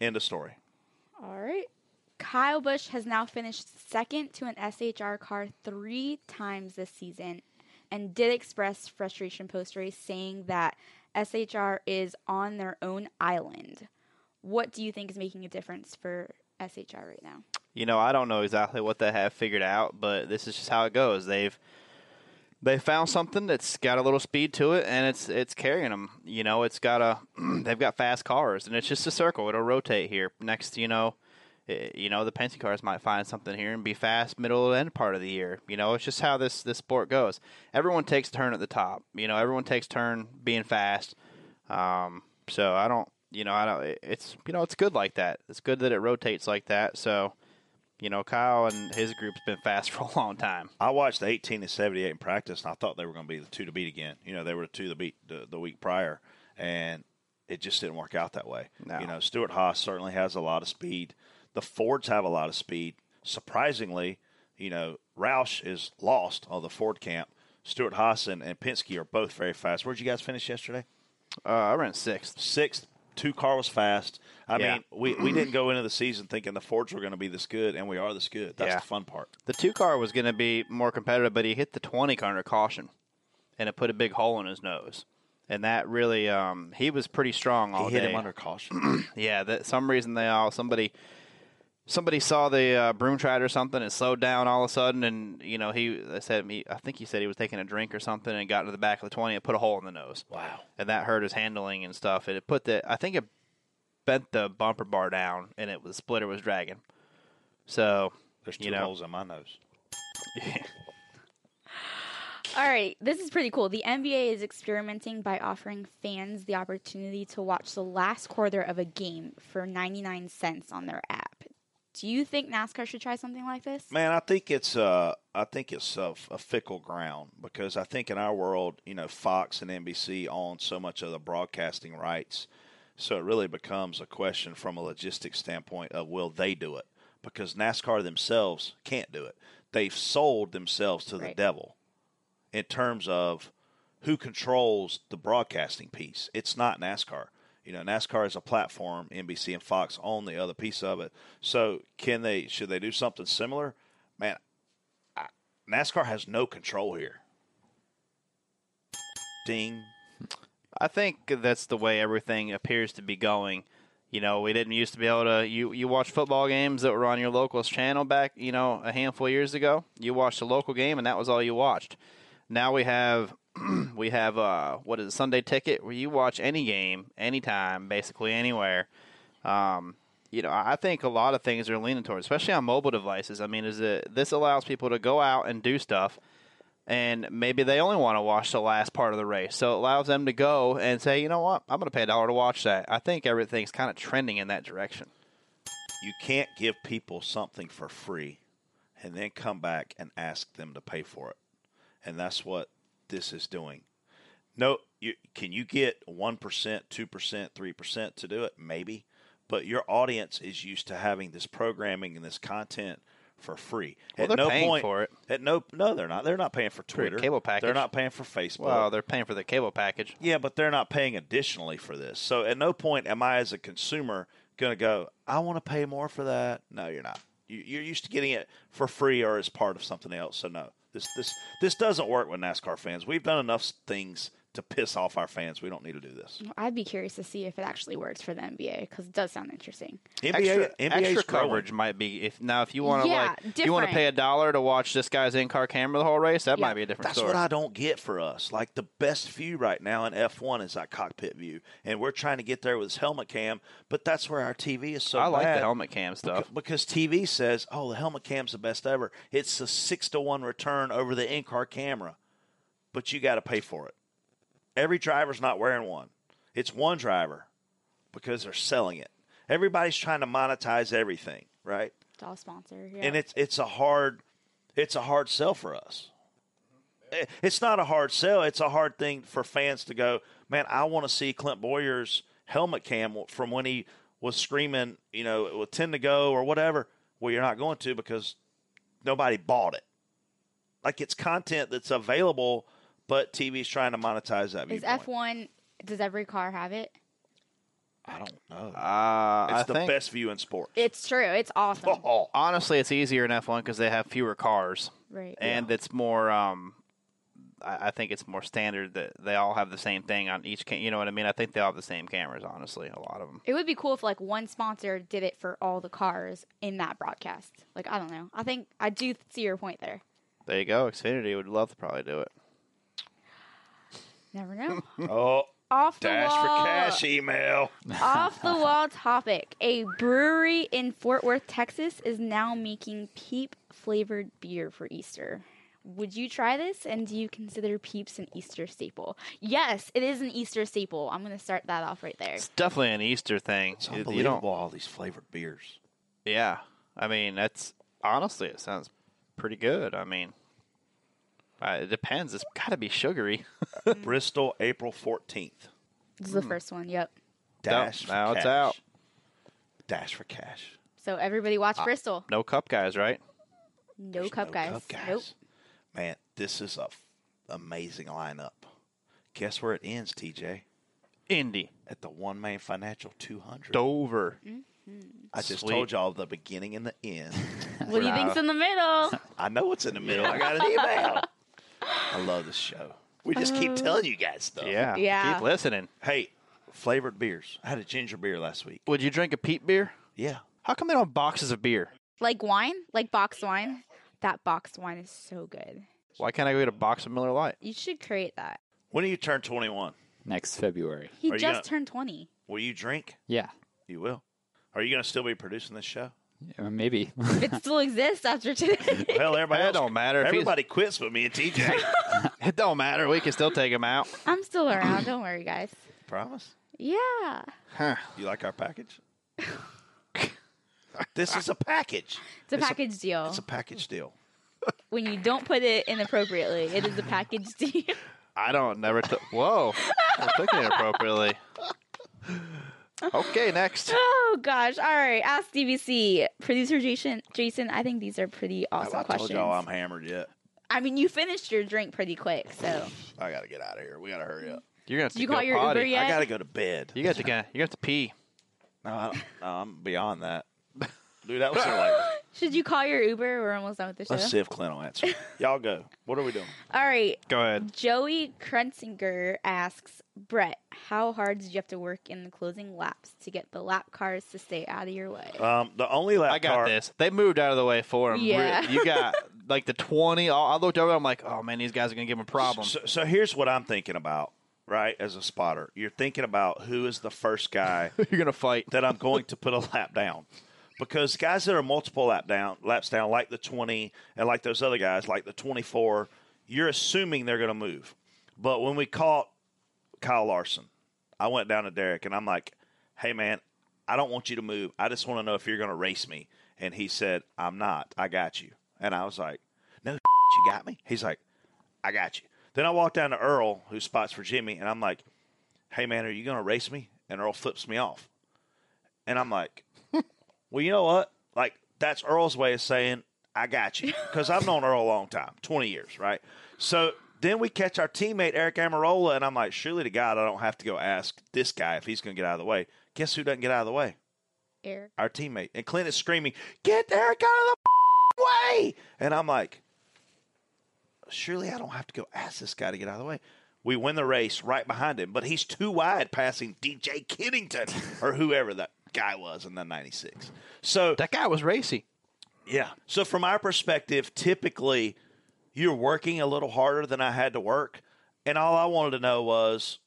Speaker 5: End of story.
Speaker 6: all right, Kyle Busch has now finished second to an SHR car three times this season, and did express frustration post race, saying that SHR is on their own island. What do you think is making a difference for SHR right now?
Speaker 2: you know, I don't know exactly what they have figured out, but this is just how it goes. They've they found something that's got a little speed to it, and it's it's carrying them. You know, it's got a (clears throat) they've got fast cars, and it's just a circle. It'll rotate here next. You know, eh, you know the Penske cars might find something here and be fast middle and end part of the year. You know, it's just how this this sport goes. Everyone takes turn at the top. You know, everyone takes turn being fast. Um, so I don't, you know, I don't. it- It's you know, it's good like that. It's good that it rotates like that. So, you know, Kyle and his group's been fast (laughs) for a long time.
Speaker 5: I watched the 18 and 78 in practice, and I thought they were going to be the two to beat again. You know, they were the two to beat the, the week prior, and it just didn't work out that way.
Speaker 2: No.
Speaker 5: You know, Stuart Haas certainly has a lot of speed. The Fords have a lot of speed. Surprisingly, you know, Roush is lost on the Ford camp. Stuart Haas and, and Penske are both very fast. Where'd you guys finish yesterday?
Speaker 2: Uh, I ran sixth.
Speaker 5: Sixth. Two car was fast. I
Speaker 2: Yeah.
Speaker 5: mean, we, we didn't go into the season thinking the Fords were going to be this good, and we are this good. That's
Speaker 2: Yeah.
Speaker 5: the fun part.
Speaker 2: The two car was going to be more competitive, but he hit the 20 car under caution, and it put a big hole in his nose. And that really, um, he was pretty strong all
Speaker 5: he hit
Speaker 2: day.
Speaker 5: him under caution.
Speaker 2: yeah, that some reason they all somebody somebody saw the uh, broom tride or something and slowed down all of a sudden, and you know he they said he, I think he said he was taking a drink or something and got to the back of the 20 and put a hole in the nose.
Speaker 5: wow.
Speaker 2: and that hurt his handling and stuff. And it put the I think it bent the bumper bar down, and it was the splitter was dragging. So
Speaker 5: There's two
Speaker 2: you know,
Speaker 5: holes in my nose.
Speaker 6: All right, this is pretty cool. The NBA is experimenting by offering fans the opportunity to watch the last quarter of a game for 99 cents on their app. Do you think NASCAR should try something like this?
Speaker 5: Man, I think it's uh, I think it's a, a fickle ground because I think in our world, you know, Fox and NBC own so much of the broadcasting rights, so it really becomes a question from a logistics standpoint of will they do it? Because NASCAR themselves can't do it. They've sold themselves to the
Speaker 6: Right.
Speaker 5: devil in terms of who controls the broadcasting piece. It's not NASCAR. You know, NASCAR is a platform. NBC and Fox own the other piece of it. So, can they? Should they do something similar? Man, I, NASCAR has no control here. Ding.
Speaker 2: I think that's the way everything appears to be going. You know, we didn't used to be able to. You you watch football games that were on your locals channel back, you know, a handful of years ago. You watched a local game, and that was all you watched. Now we have (clears throat) we have uh, what is it, Sunday Ticket, where you watch any game, anytime, basically anywhere. Um, you know, I I think a lot of things are leaning towards, especially on mobile devices. I mean, is it this allows people to go out and do stuff and maybe they only want to watch the last part of the race. So it allows them to go and say, you know what, I'm going to pay a dollar to watch that. I think everything's kind of trending in that direction.
Speaker 5: You can't give people something for free and then come back and ask them to pay for it. And that's what this is doing. No, you, can you get 1%, 2%, 3% to do it? Maybe. But your audience is used to having this programming and this content for free.
Speaker 2: Well,
Speaker 5: at
Speaker 2: they're
Speaker 5: no
Speaker 2: paying
Speaker 5: point,
Speaker 2: for it.
Speaker 5: At no, no, they're not. They're not paying for
Speaker 2: For your
Speaker 5: Twitter.
Speaker 2: cable package.
Speaker 5: They're not paying for Facebook.
Speaker 2: Well, they're paying for the cable package.
Speaker 5: Yeah, but they're not paying additionally for this. So at no point am I as a consumer going to go, I want to pay more for that. No, you're not. You- You're used to getting it for free or as part of something else. So no, this this this doesn't work with NASCAR fans. We've done enough s- things to piss off our fans. We don't need to do this.
Speaker 6: I'd be curious to see if it actually works for the NBA because it does sound interesting.
Speaker 5: NBA,
Speaker 2: extra,
Speaker 5: NBA's
Speaker 2: extra
Speaker 5: growing.
Speaker 2: coverage might be if now if you want to
Speaker 6: Yeah,
Speaker 2: like you want to
Speaker 6: different.
Speaker 2: pay a dollar to watch this guy's in car camera the whole race. That
Speaker 6: Yeah.
Speaker 2: might be a different
Speaker 5: That's
Speaker 2: story.
Speaker 5: what I don't get for us. Like the best view right now in F1 is that cockpit view, and we're trying to get there with this helmet cam. But that's where our TV is so.
Speaker 2: I like the
Speaker 5: bad.
Speaker 2: helmet cam stuff.
Speaker 5: Beca- Because TV says, oh, the helmet cam's the best ever. It's a six to one return over the in car camera, but you got to pay for it. Every driver's not wearing one, it's one driver because they're selling it. Everybody's trying to monetize everything, right?
Speaker 6: It's all sponsor. Yeah.
Speaker 5: and it's it's a hard it's a hard sell for us. I- It's not a hard sell. It's a hard thing for fans to go, man. I want to see Clint Boyer's helmet cam from when he was screaming, you know, with ten to go or whatever. Well, you're not going to because nobody bought it. Like it's content that's available, but TV's trying to monetize that.
Speaker 6: is
Speaker 5: viewpoint.
Speaker 6: F1, does every car have it?
Speaker 5: I don't know.
Speaker 2: Uh,
Speaker 5: it's
Speaker 2: I
Speaker 5: the
Speaker 2: think
Speaker 5: best view in sports.
Speaker 6: It's true. It's awesome.
Speaker 5: (laughs)
Speaker 2: honestly, it's easier in F one because they have fewer cars.
Speaker 6: Right.
Speaker 2: and it's more um I, I think it's more standard that they all have the same thing on each cam- you know what i mean i think they all have the same cameras honestly a lot of them
Speaker 6: It would be cool if like one sponsor did it for all the cars in that broadcast. Like I don't know. I think I do see your point there.
Speaker 2: there you go xfinity would love to probably do it
Speaker 6: Never
Speaker 5: (laughs)
Speaker 6: know.
Speaker 5: oh,
Speaker 6: Off the
Speaker 5: dash
Speaker 6: wall.
Speaker 5: for cash email.
Speaker 6: Off the wall topic. A brewery in Fort Worth, Texas is now making peep flavored beer for Easter. Would you try this and do you consider peeps an Easter staple? Yes, it is an Easter staple. I'm going to start that off right there.
Speaker 2: it's definitely an easter thing
Speaker 5: It's
Speaker 2: You- you don't-
Speaker 5: unbelievable all these flavored beers.
Speaker 2: yeah i mean that's honestly it sounds pretty good i mean uh, it depends it's got to be sugary (laughs)
Speaker 5: Bristol, April 14th.
Speaker 6: This
Speaker 5: Mm.
Speaker 6: is the first one. Yep.
Speaker 5: Dash for
Speaker 2: now
Speaker 5: cash.
Speaker 2: it's out
Speaker 5: Dash for cash.
Speaker 6: So everybody watch Bristol.
Speaker 2: no cup guys right
Speaker 6: No
Speaker 5: Ah. There's
Speaker 6: cup
Speaker 5: no
Speaker 6: guys.
Speaker 5: Cup guys. (laughs)
Speaker 6: Nope.
Speaker 5: Man, this is a f- amazing lineup. Guess where it ends, TJ?
Speaker 2: Indy.
Speaker 5: At the One Man Financial 200.
Speaker 2: Dover.
Speaker 5: I just
Speaker 2: Sweet.
Speaker 5: told y'all the beginning and the end.
Speaker 6: What do you think's in the
Speaker 5: (laughs)
Speaker 6: middle?
Speaker 5: I know what's in the middle. I got an
Speaker 2: (laughs)
Speaker 5: email. I love this show. We just keep telling you guys stuff.
Speaker 2: Yeah.
Speaker 6: Yeah.
Speaker 2: Keep listening.
Speaker 5: Hey, flavored beers. I had a ginger beer last week.
Speaker 2: Would you drink a peat beer?
Speaker 5: Yeah.
Speaker 2: How come they don't have boxes of beer?
Speaker 6: Like wine? Like boxed wine? That boxed wine is so good.
Speaker 2: Why can't I go get a box of Miller Lite? (laughs)
Speaker 6: You should create that.
Speaker 5: When do you turn 21?
Speaker 8: next February.
Speaker 6: He
Speaker 5: Are you
Speaker 6: just
Speaker 5: gonna-
Speaker 6: turned 20.
Speaker 5: Will you drink?
Speaker 8: Yeah,
Speaker 5: You will. Are you going to still be producing this show?
Speaker 8: or maybe. (laughs)
Speaker 6: It
Speaker 5: (laughs)
Speaker 6: still exists after today.
Speaker 5: Hell, everybody
Speaker 2: That
Speaker 5: else,
Speaker 2: don't matter if he's-
Speaker 5: Everybody quits but me and TJ.
Speaker 2: It don't matter. We can still take them out.
Speaker 6: I'm still
Speaker 5: (clears throat)
Speaker 6: around. Don't worry, guys.
Speaker 5: Promise?
Speaker 6: Yeah.
Speaker 5: You like our package? this is a package.
Speaker 6: It's a package deal.
Speaker 5: It's a package deal.
Speaker 6: when you don't put it in appropriately, it is a package (laughs) deal.
Speaker 2: I don't never. T- Whoa, I took it inappropriately. Okay, next.
Speaker 6: oh gosh. All right. Ask DVC. Producer Jason Jason, I think these are pretty awesome
Speaker 5: I told
Speaker 6: questions.
Speaker 5: y'all I'm hammered yet.
Speaker 6: I mean you finished your drink pretty quick,
Speaker 5: (sighs)
Speaker 6: so
Speaker 5: I got to get out of here. We got to hurry up.
Speaker 2: You're gonna have
Speaker 6: did
Speaker 2: to
Speaker 6: you
Speaker 2: go
Speaker 6: call your
Speaker 2: potty.
Speaker 6: Uber yet?
Speaker 5: I got to go to bed.
Speaker 2: You got to. go- You got to pee.
Speaker 5: No, I don't, no, I'm beyond that. Dude, that was like,
Speaker 6: Should you call your Uber? We're almost done with the show.
Speaker 5: let's see if Clint will answer. Y'all go. What are we doing?
Speaker 6: All right.
Speaker 2: Go ahead.
Speaker 6: Joey Krentzinger asks Brett, how hard did you have to work in the closing laps to get the lap cars to stay out of your way?
Speaker 5: Um, the only lap
Speaker 2: I got
Speaker 5: car,
Speaker 2: this. They moved out of the way for him.
Speaker 6: Yeah.
Speaker 2: You
Speaker 6: (laughs)
Speaker 2: got like the twenty. I I looked over. I'm like, oh man, these guys are gonna give him a problem.
Speaker 5: So, so here's what I'm thinking about, right? As a spotter, you're thinking about who is the first guy
Speaker 2: You're gonna fight.
Speaker 5: that I'm going to put a lap down. Because guys that are multiple lap down laps down, like the twenty and like those other guys, like the twenty four, you're assuming they're gonna move. But when we caught Kyle Larson, I went down to Derek and I'm like, Hey man, I don't want you to move. I just want to know if you're gonna race me. And he said, I'm not. I got you. And I was like, No (laughs) you got me? He's like, I got you. Then I walked down to Earl, who spots for Jimmy, and I'm like, Hey man, are you gonna race me? And Earl flips me off. And I'm like, well, you know what? Like, that's Earl's way of saying, I got you. Because I've known Earl a long time, 20 years, right? So then we catch our teammate, Eric Amarola, and I'm like, surely to God, I don't have to go ask this guy if he's going to get out of the way. Guess who doesn't get out of the way?
Speaker 6: Eric.
Speaker 5: Our teammate. And Clint is screaming, get Eric out of the way. And I'm like, surely I don't have to go ask this guy to get out of the way. We win the race right behind him, but he's too wide passing DJ Kennington or whoever that guy was in the 96. So,
Speaker 2: That guy was racy.
Speaker 5: yeah. So, from our perspective, typically you're working a little harder than I had to work. And all I wanted to know was,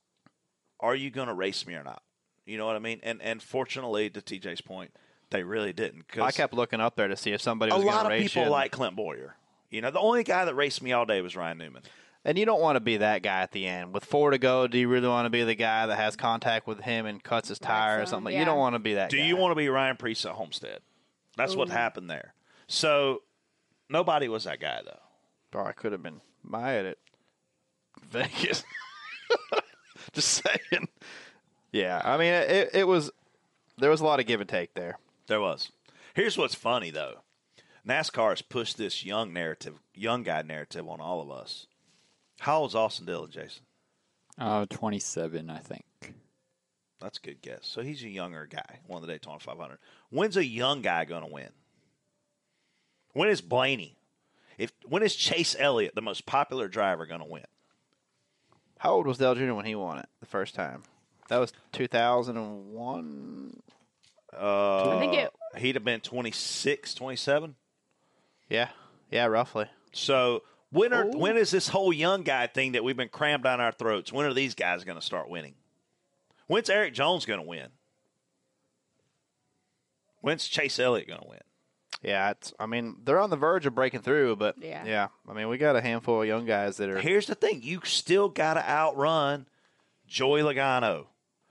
Speaker 5: are you going to race me or not? You know what I mean? And and fortunately, to TJ's point, they really didn't. 'cause
Speaker 2: I kept looking up there to see if somebody
Speaker 5: a
Speaker 2: was
Speaker 5: lot
Speaker 2: gonna
Speaker 5: of
Speaker 2: race
Speaker 5: people
Speaker 2: you.
Speaker 5: like Clint Boyer. You know, the only guy that raced me all day was Ryan Newman.
Speaker 2: And you don't want to be that guy at the end. With four to go, do you really want to be the guy that has contact with him and cuts his tire or
Speaker 6: him,
Speaker 2: something?
Speaker 6: yeah.
Speaker 2: You don't want to be that
Speaker 5: Do
Speaker 2: guy.
Speaker 5: you want to be Ryan Priest at Homestead? That's what happened there. So nobody was that guy though.
Speaker 2: Or I could have been my edit. (laughs) Vegas. (laughs) Just saying. Yeah, I mean, it, it was, there was a lot of give and take there.
Speaker 5: There was. Here's what's funny though. NASCAR has pushed this young narrative, young guy narrative on all of us. How old's Austin Dillon, Jason?
Speaker 8: Oh, 27, I think.
Speaker 5: That's a good guess. So he's a younger guy, won the Daytona 500. When's a young guy going to win? When is Blaney? If when is Chase Elliott, the most popular driver, going to win?
Speaker 2: How old was Dale Jr. when he won it the first time? That was 2001.
Speaker 5: Uh,
Speaker 6: I think it
Speaker 5: he'd have been 26, 27.
Speaker 2: Yeah. Yeah, roughly.
Speaker 5: So when are when is this whole young guy thing that we've been crammed down our throats? When are these guys going to start winning? When's Eric Jones going to win? When's Chase Elliott going to win?
Speaker 2: Yeah, it's, I mean, they're on the verge of breaking through, but
Speaker 6: Yeah.
Speaker 2: yeah. I mean, we got a handful of young guys that are,
Speaker 5: Here's the thing: you still got to outrun Joey Logano,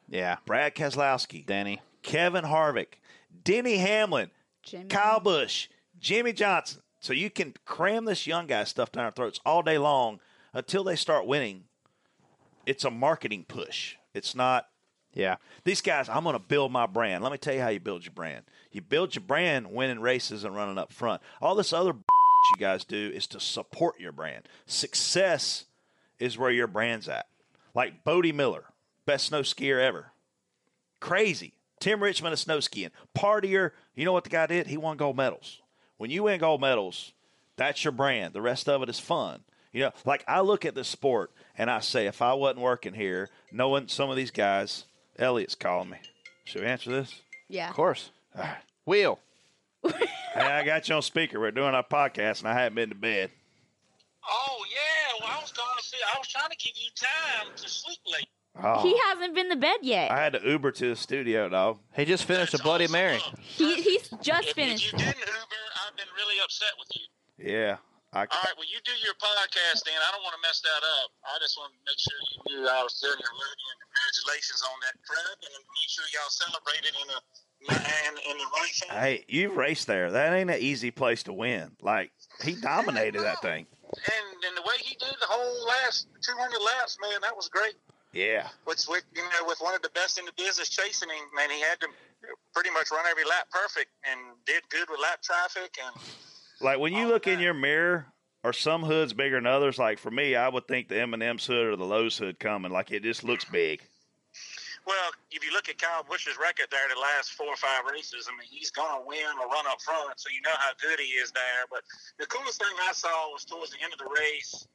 Speaker 2: yeah,
Speaker 5: Brad Keselowski,
Speaker 2: Danny.
Speaker 5: Kevin Harvick, Denny Hamlin,
Speaker 6: Jimmy.
Speaker 5: Kyle Busch, Jimmy Johnson. So you can cram this young guy stuff down our throats all day long until they start winning. It's a marketing push. It's not
Speaker 2: Yeah.
Speaker 5: these guys, I'm going to build my brand. Let me tell you how you build your brand. You build your brand winning races and running up front. All this other you guys do is to support your brand. Success is where your brand's at. Like Bodie Miller, best snow skier ever. Crazy. Tim Richmond is snow skiing. Partier, you know what the guy did? He won gold medals. When you win gold medals, that's your brand. The rest of it is fun. You know, like I look at this sport and I say, if I wasn't working here, knowing some of these guys, Elliot's calling me. Should we answer this?
Speaker 9: Yeah. Of
Speaker 2: course.
Speaker 5: Will. hey, I got you on speaker. We're doing our podcast and I haven't been to bed.
Speaker 10: Oh yeah, well, I was going to see. I was trying to give you time to sleep late.
Speaker 5: Oh.
Speaker 6: He hasn't been to bed yet.
Speaker 5: I had to Uber to the studio, dog.
Speaker 2: He just finished a Bloody Mary.
Speaker 6: He he's just finished.
Speaker 5: Yeah. I,
Speaker 10: All right, well, you do your podcast then. I don't want to mess that up. I just want to make sure you knew I was there and and congratulations on that prep and make sure y'all celebrate it in a in, in the right thing.
Speaker 5: hey, you've raced there. That ain't an easy place to win. Like, he dominated that thing.
Speaker 10: And, and the way he did the whole last 200 laps, man, that was great.
Speaker 5: Yeah.
Speaker 10: With, with you know, with one of the best in the business chasing him, man, he had to pretty much run every lap perfect and did good with lap traffic and.
Speaker 5: Like, when you look in your mirror, are some hoods bigger than others? Like, for me, I would think the M&M's hood or the Lowe's hood coming. Like, it just looks big.
Speaker 10: Well, if you look at Kyle Busch's record there the last four or five races, I mean, he's going to win or run up front, so you know how good he is there. But the coolest thing I saw was towards the end of the race,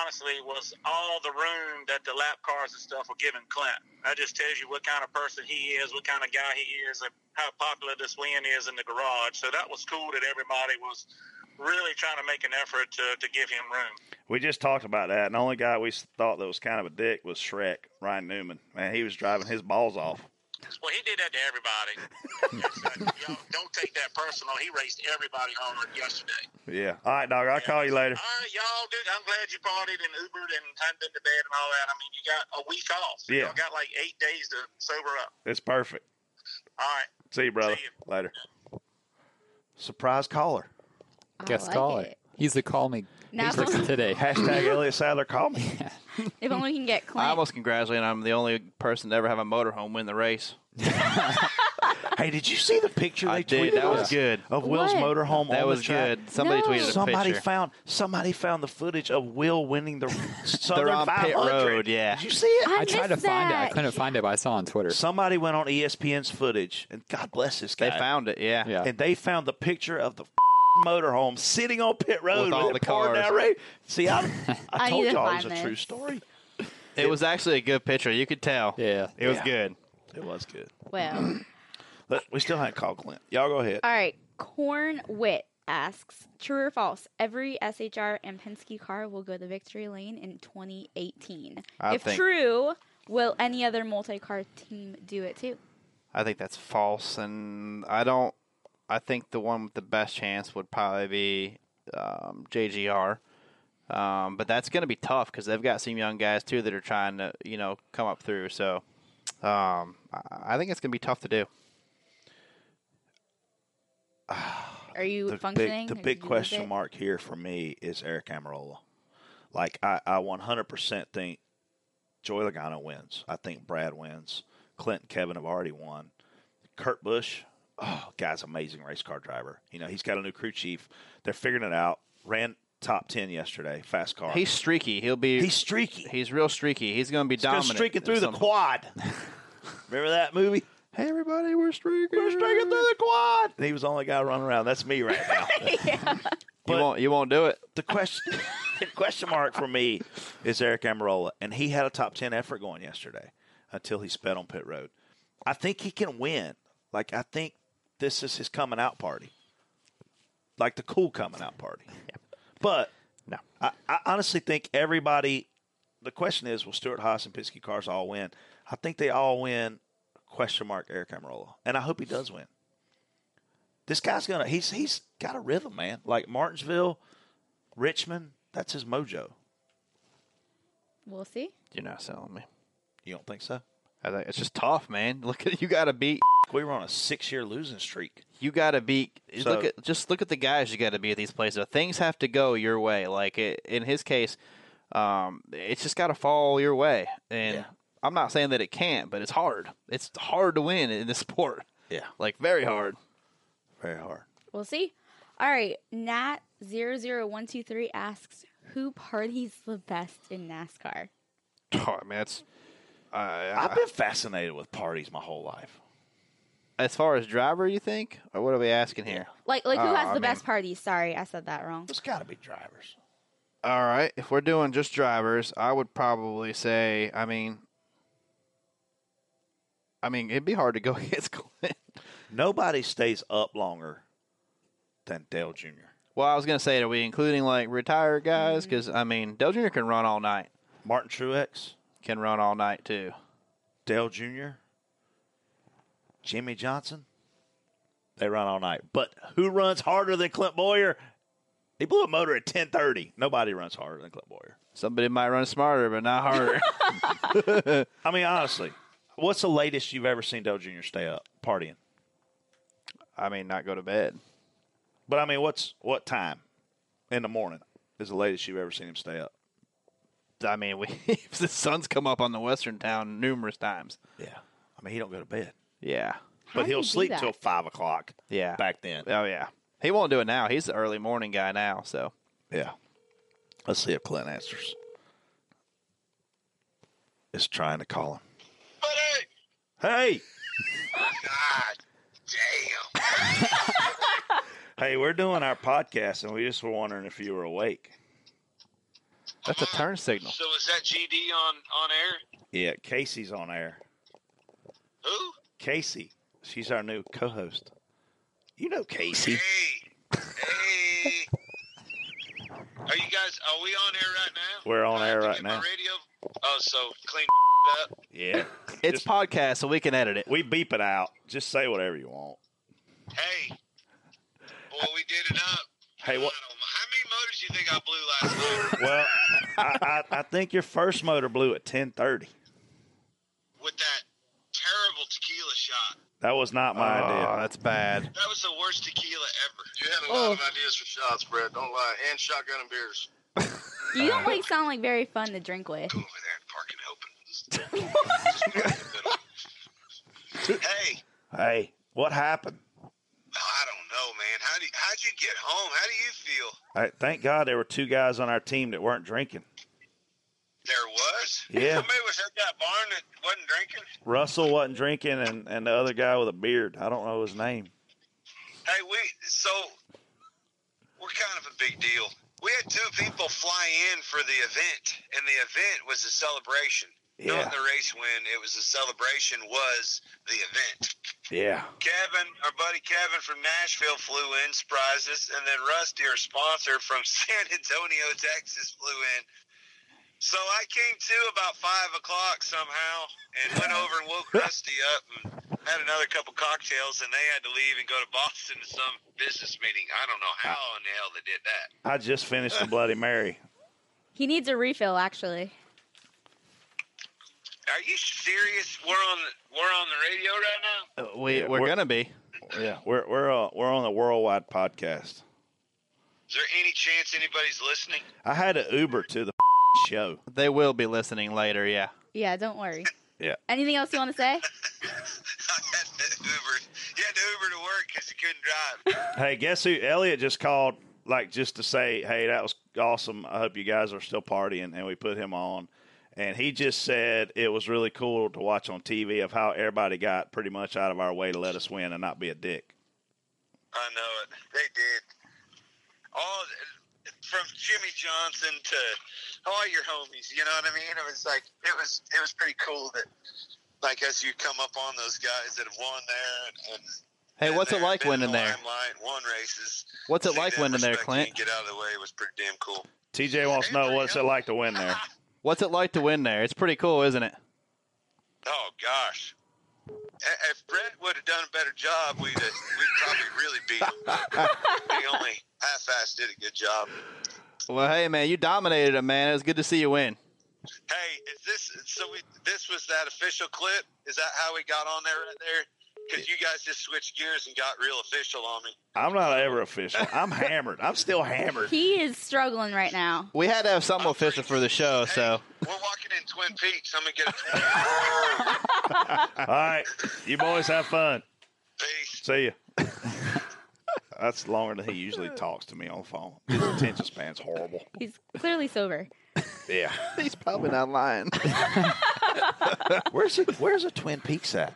Speaker 10: honestly, was all the room that the lap cars and stuff were giving Clint. That just tells you what kind of person he is, what kind of guy he is, and how popular this win is in the garage. So that was cool that everybody was really trying to make an effort to, to give him room.
Speaker 5: We just talked about that, and the only guy we thought that was kind of a dick was Shrek, Ryan Newman. Man, he was driving his balls off.
Speaker 10: Well, he did that to
Speaker 5: (laughs)
Speaker 10: everybody. That's- y'all don't take that personal. He raced everybody hard yesterday.
Speaker 5: Yeah. All right, dog. I'll call you later.
Speaker 10: All right, y'all, dude. I'm glad you partied and Ubered and hadn't been to bed and all that. I mean, you got a week off.
Speaker 5: Yeah.
Speaker 10: Y'all got like eight days to sober up.
Speaker 5: It's perfect.
Speaker 10: All right.
Speaker 5: See you, brother. Later. Surprise caller.
Speaker 8: Guest
Speaker 6: like
Speaker 8: caller. He's the call me.
Speaker 6: Now-
Speaker 8: He's
Speaker 6: (laughs)
Speaker 8: the today.
Speaker 5: (laughs) Hashtag Elliot Sadler, call me.
Speaker 6: If only we can get
Speaker 2: I
Speaker 6: Clint.
Speaker 2: almost congratulate. him. I'm the only person to ever have a motorhome win the race.
Speaker 5: hey, did you see the picture
Speaker 2: I
Speaker 5: they
Speaker 2: did.
Speaker 5: tweeted
Speaker 2: That was
Speaker 5: us
Speaker 2: good.
Speaker 5: of Will's
Speaker 2: What?
Speaker 5: motorhome?
Speaker 2: That
Speaker 5: on
Speaker 2: was
Speaker 5: the track?
Speaker 2: good. Somebody No. tweeted a
Speaker 5: Somebody
Speaker 2: picture.
Speaker 5: found somebody found the footage of Will winning the
Speaker 2: (laughs)
Speaker 5: Southern
Speaker 2: They're on pit
Speaker 5: 500.
Speaker 2: road, yeah.
Speaker 5: Did you see it?
Speaker 8: I, tried to find it. I couldn't find it, but I saw it on Twitter.
Speaker 5: Somebody went on E ESPN's footage, and God bless this guy.
Speaker 2: They found it, yeah.
Speaker 8: Yeah.
Speaker 5: And they found the picture of the (laughs) motorhome sitting on pit road
Speaker 2: With all
Speaker 5: it
Speaker 2: the
Speaker 5: pouring
Speaker 2: cars.
Speaker 5: down rain.
Speaker 2: (laughs)
Speaker 5: See, I, I
Speaker 6: I
Speaker 5: told
Speaker 6: need to
Speaker 5: y'all it was
Speaker 6: find
Speaker 5: a true
Speaker 6: this.
Speaker 5: story.
Speaker 2: It was actually a good picture. You could tell.
Speaker 8: Yeah.
Speaker 2: It was
Speaker 5: Yeah.
Speaker 2: good.
Speaker 5: It was good.
Speaker 6: Well,
Speaker 5: But we still haven't called Clint. Y'all go ahead.
Speaker 6: all right. Corn Wit asks: True or false? Every SHR and Penske car will go to victory lane in 2018.
Speaker 2: I
Speaker 6: if
Speaker 2: think-
Speaker 6: true, will any other multi-car team do it too?
Speaker 2: I think that's false, and I don't. I think the one with the best chance would probably be um, JGR, um, but that's going to be tough because they've got some young guys too that are trying to you know come up through. So um, I I think it's going to be tough to do.
Speaker 6: Are you
Speaker 5: the
Speaker 6: functioning?
Speaker 5: Big, the
Speaker 6: Or
Speaker 5: big
Speaker 6: did you lose
Speaker 5: question
Speaker 6: it?
Speaker 5: mark here for me is Eric Amarola. Like I, I 100% think Joy Logano wins. I think Brad wins. Clint and Kevin have already won. Kurt Busch, oh, guy's amazing race car driver. You know he's got a new crew chief. They're figuring it out. Ran top ten yesterday, fast car.
Speaker 2: He's streaky. He'll be.
Speaker 5: He's streaky.
Speaker 2: He's real streaky. He's going to be
Speaker 5: He's gonna
Speaker 2: dominant.
Speaker 5: streaking through the
Speaker 2: Some- (laughs)
Speaker 5: quad. Remember that movie?
Speaker 2: Hey everybody, we're streaking.
Speaker 5: We're streaking through
Speaker 2: Mm.
Speaker 5: the quad. And he was the only guy running around. That's me right
Speaker 2: (laughs)
Speaker 5: now.
Speaker 2: you won't. You won't do it.
Speaker 5: the question (laughs) the question mark for me is Eric Amarola, and he had a top ten effort going yesterday until he sped on pit road. I think he can win. Like I think this is his coming out party, like the cool coming out party. But
Speaker 2: No.
Speaker 5: I, I honestly think everybody. The question is, will Stuart Haas and Penske cars all win? I think they all win. Question mark Eric Amarola, and I hope he does win. This guy's gonna. He's he's got a rhythm, man. Like Martinsville, Richmond, that's his mojo.
Speaker 6: We'll see.
Speaker 2: You're not selling me.
Speaker 5: You don't think so?
Speaker 2: I think it's just tough, man. (laughs) Look at you. Got to beat.
Speaker 5: We were on a six-year losing streak.
Speaker 2: you got to be
Speaker 5: So-
Speaker 2: look at just look at the guys you got to be at these places. Things have to go your way. Like i in his case, um, it's just got to fall your way. And I'm not saying that it can't, but it's hard. It's hard to win in this (laughs) sport.
Speaker 5: Yeah.
Speaker 2: Like very hard.
Speaker 5: Very hard.
Speaker 6: We'll see. All right. Nat 00123 asks, who parties the best in NASCAR?
Speaker 2: Oh, man, it's
Speaker 5: I've been fascinated with parties my whole life.
Speaker 2: As far as driver, you think, or what are we asking here?
Speaker 11: Like, like who
Speaker 2: Oh,
Speaker 11: has
Speaker 2: I
Speaker 11: the
Speaker 2: mean-
Speaker 11: best parties? Sorry, I said that
Speaker 6: (laughs)
Speaker 11: wrong.
Speaker 5: There's got to be drivers.
Speaker 2: All right, if we're doing just drivers, I would probably say, I mean, I mean, it'd be hard to go (laughs) against Clint.
Speaker 5: Nobody stays up longer than Dale Jr.
Speaker 2: Well, I was gonna say, are we including like retired guys? Because I mean, Dale Jr. can run all night.
Speaker 5: Martin Truex
Speaker 2: can run all night too.
Speaker 5: Dale Jr., Jimmy Johnson, they run all night. But who runs harder than Clint Boyer? He blew a motor at 10:30. Nobody runs harder than Clint Boyer.
Speaker 2: Somebody might run smarter, but not harder.
Speaker 5: I mean, honestly, what's the latest you've ever seen Dale Jr. stay up partying?
Speaker 2: I mean, not go to bed.
Speaker 5: But I mean, what's what time in the morning is the latest you've ever seen him stay up?
Speaker 2: I mean, we (laughs) the sun's come up on the western town numerous times.
Speaker 5: Yeah, I mean, he don't go to bed.
Speaker 2: Yeah,
Speaker 5: But he'll sleep till five o'clock.
Speaker 2: yeah
Speaker 5: back then.
Speaker 2: Oh yeah, he won't do it now. He's the early morning guy now. So
Speaker 5: Yeah. Let's see if Clint answers. Is trying to call him. Hey. Hey, we're doing our podcast, and we just were wondering if you were awake.
Speaker 2: That's a turn signal.
Speaker 10: So is that GD on on air?
Speaker 5: Yeah, Casey's on air.
Speaker 10: Who?
Speaker 5: Casey, she's our new co-host. You know Casey.
Speaker 10: Hey, are you guys? Are we on air right now?
Speaker 5: We're on air
Speaker 10: Did I
Speaker 5: right
Speaker 10: get my
Speaker 5: now.
Speaker 10: Radio. Oh, so clean (laughs) up.
Speaker 5: Yeah,
Speaker 2: it's podcast, so we can edit it.
Speaker 5: We beep it out. Just say whatever you want.
Speaker 10: Hey, boy, we did it up.
Speaker 5: Hey, what?
Speaker 10: How many motors you think I blew last night?
Speaker 5: Well, I, I, I think your first motor blew at ten thirty.
Speaker 10: With that terrible tequila shot.
Speaker 5: That was not my idea.
Speaker 2: That's bad.
Speaker 10: That was the worst tequila ever. You
Speaker 11: a
Speaker 10: had
Speaker 11: lot of
Speaker 10: ideas for shots, Brad. Don't lie. And shotgun and beers.
Speaker 11: You don't like sound like very fun to drink with.
Speaker 5: (laughs)
Speaker 10: hey,
Speaker 5: Hey, what happened?
Speaker 10: I don't know, man. How do how'd you get home? How do you feel?
Speaker 5: I, thank God there were two guys on our team that weren't drinking.
Speaker 10: There was.
Speaker 5: Yeah.
Speaker 10: Somebody was at that barn that wasn't drinking.
Speaker 5: Russell wasn't drinking, and, and the other guy with a beard. I don't know his name.
Speaker 10: Hey, we so we're kind of a big deal. We had two people fly in for the event, and the event was a celebration.
Speaker 5: Yeah.
Speaker 10: Not the race win. It was a celebration. Was the event.
Speaker 5: Yeah.
Speaker 10: Kevin, our buddy Kevin from Nashville, flew in, surprised us, and then Rusty, our sponsor from (laughs) San Antonio, Texas, flew in. So I came to about five o'clock somehow, and went over and woke Rusty up, and had another couple cocktails, and they had to leave and go to Boston to some business meeting. I don't know how in the hell they did that.
Speaker 5: I just finished the Bloody Mary.
Speaker 11: He needs a refill, actually.
Speaker 10: Are you serious? We're on the, we're on the radio right now.
Speaker 2: Uh, We
Speaker 5: Yeah,
Speaker 2: we're,
Speaker 5: we're-
Speaker 2: gonna be.
Speaker 5: Yeah, we're we're uh, we're on the worldwide podcast.
Speaker 10: Is there any chance anybody's listening? (laughs)
Speaker 5: I had an Uber to the (laughs) show.
Speaker 2: They will be listening later. Yeah.
Speaker 11: Yeah, don't worry.
Speaker 5: Yeah.
Speaker 11: Anything else you want to say?
Speaker 10: You had to Uber to work because you couldn't drive.
Speaker 5: Hey, guess who? Elliot just called, like, just to say, hey, that was awesome. I hope you guys are still partying. And we put him on. And he just said it was really cool to watch on TV of how everybody got pretty much out of our way to let us win and not be a dick.
Speaker 10: I know it. They did. All from Jimmy Johnson to all your homies. You know what I mean? It was like it was it was pretty cool that like as you come up on those guys that have won there and, and
Speaker 2: Hey, what's it like
Speaker 10: been in
Speaker 2: winning
Speaker 10: the
Speaker 2: there?
Speaker 10: limelight, won races.
Speaker 2: What's it
Speaker 10: see
Speaker 2: like
Speaker 10: them
Speaker 2: winning there,
Speaker 10: respect you
Speaker 2: Clint?
Speaker 10: and Get out of the way. It was pretty damn cool.
Speaker 5: TJ wants to know what it's like to win there.
Speaker 2: What's it like to win there? It's pretty cool, isn't it?
Speaker 10: Oh gosh. I- If Brent would have done a better job, we'd have, we'd probably really
Speaker 2: (laughs)
Speaker 10: beat him. he only half-assed did a good job.
Speaker 2: Well, hey man, you dominated it, man. It was good to see you win.
Speaker 10: Hey, is this so? We this was that official clip. Is that how we got on there right there? Because you guys just switched gears and got real official on me.
Speaker 5: I'm not ever official. I'm hammered. I'm still hammered.
Speaker 11: He is struggling right now.
Speaker 2: We had to have something official for the show, so
Speaker 10: We're walking in Twin Peaks. I'm gonna get a
Speaker 5: All right. You boys have fun. See you. That's longer than he usually talks to me on the phone. His attention span's horrible.
Speaker 11: He's clearly sober.
Speaker 5: Yeah.
Speaker 2: (laughs) he's probably not lying.
Speaker 5: where's it, where's a Twin Peaks at?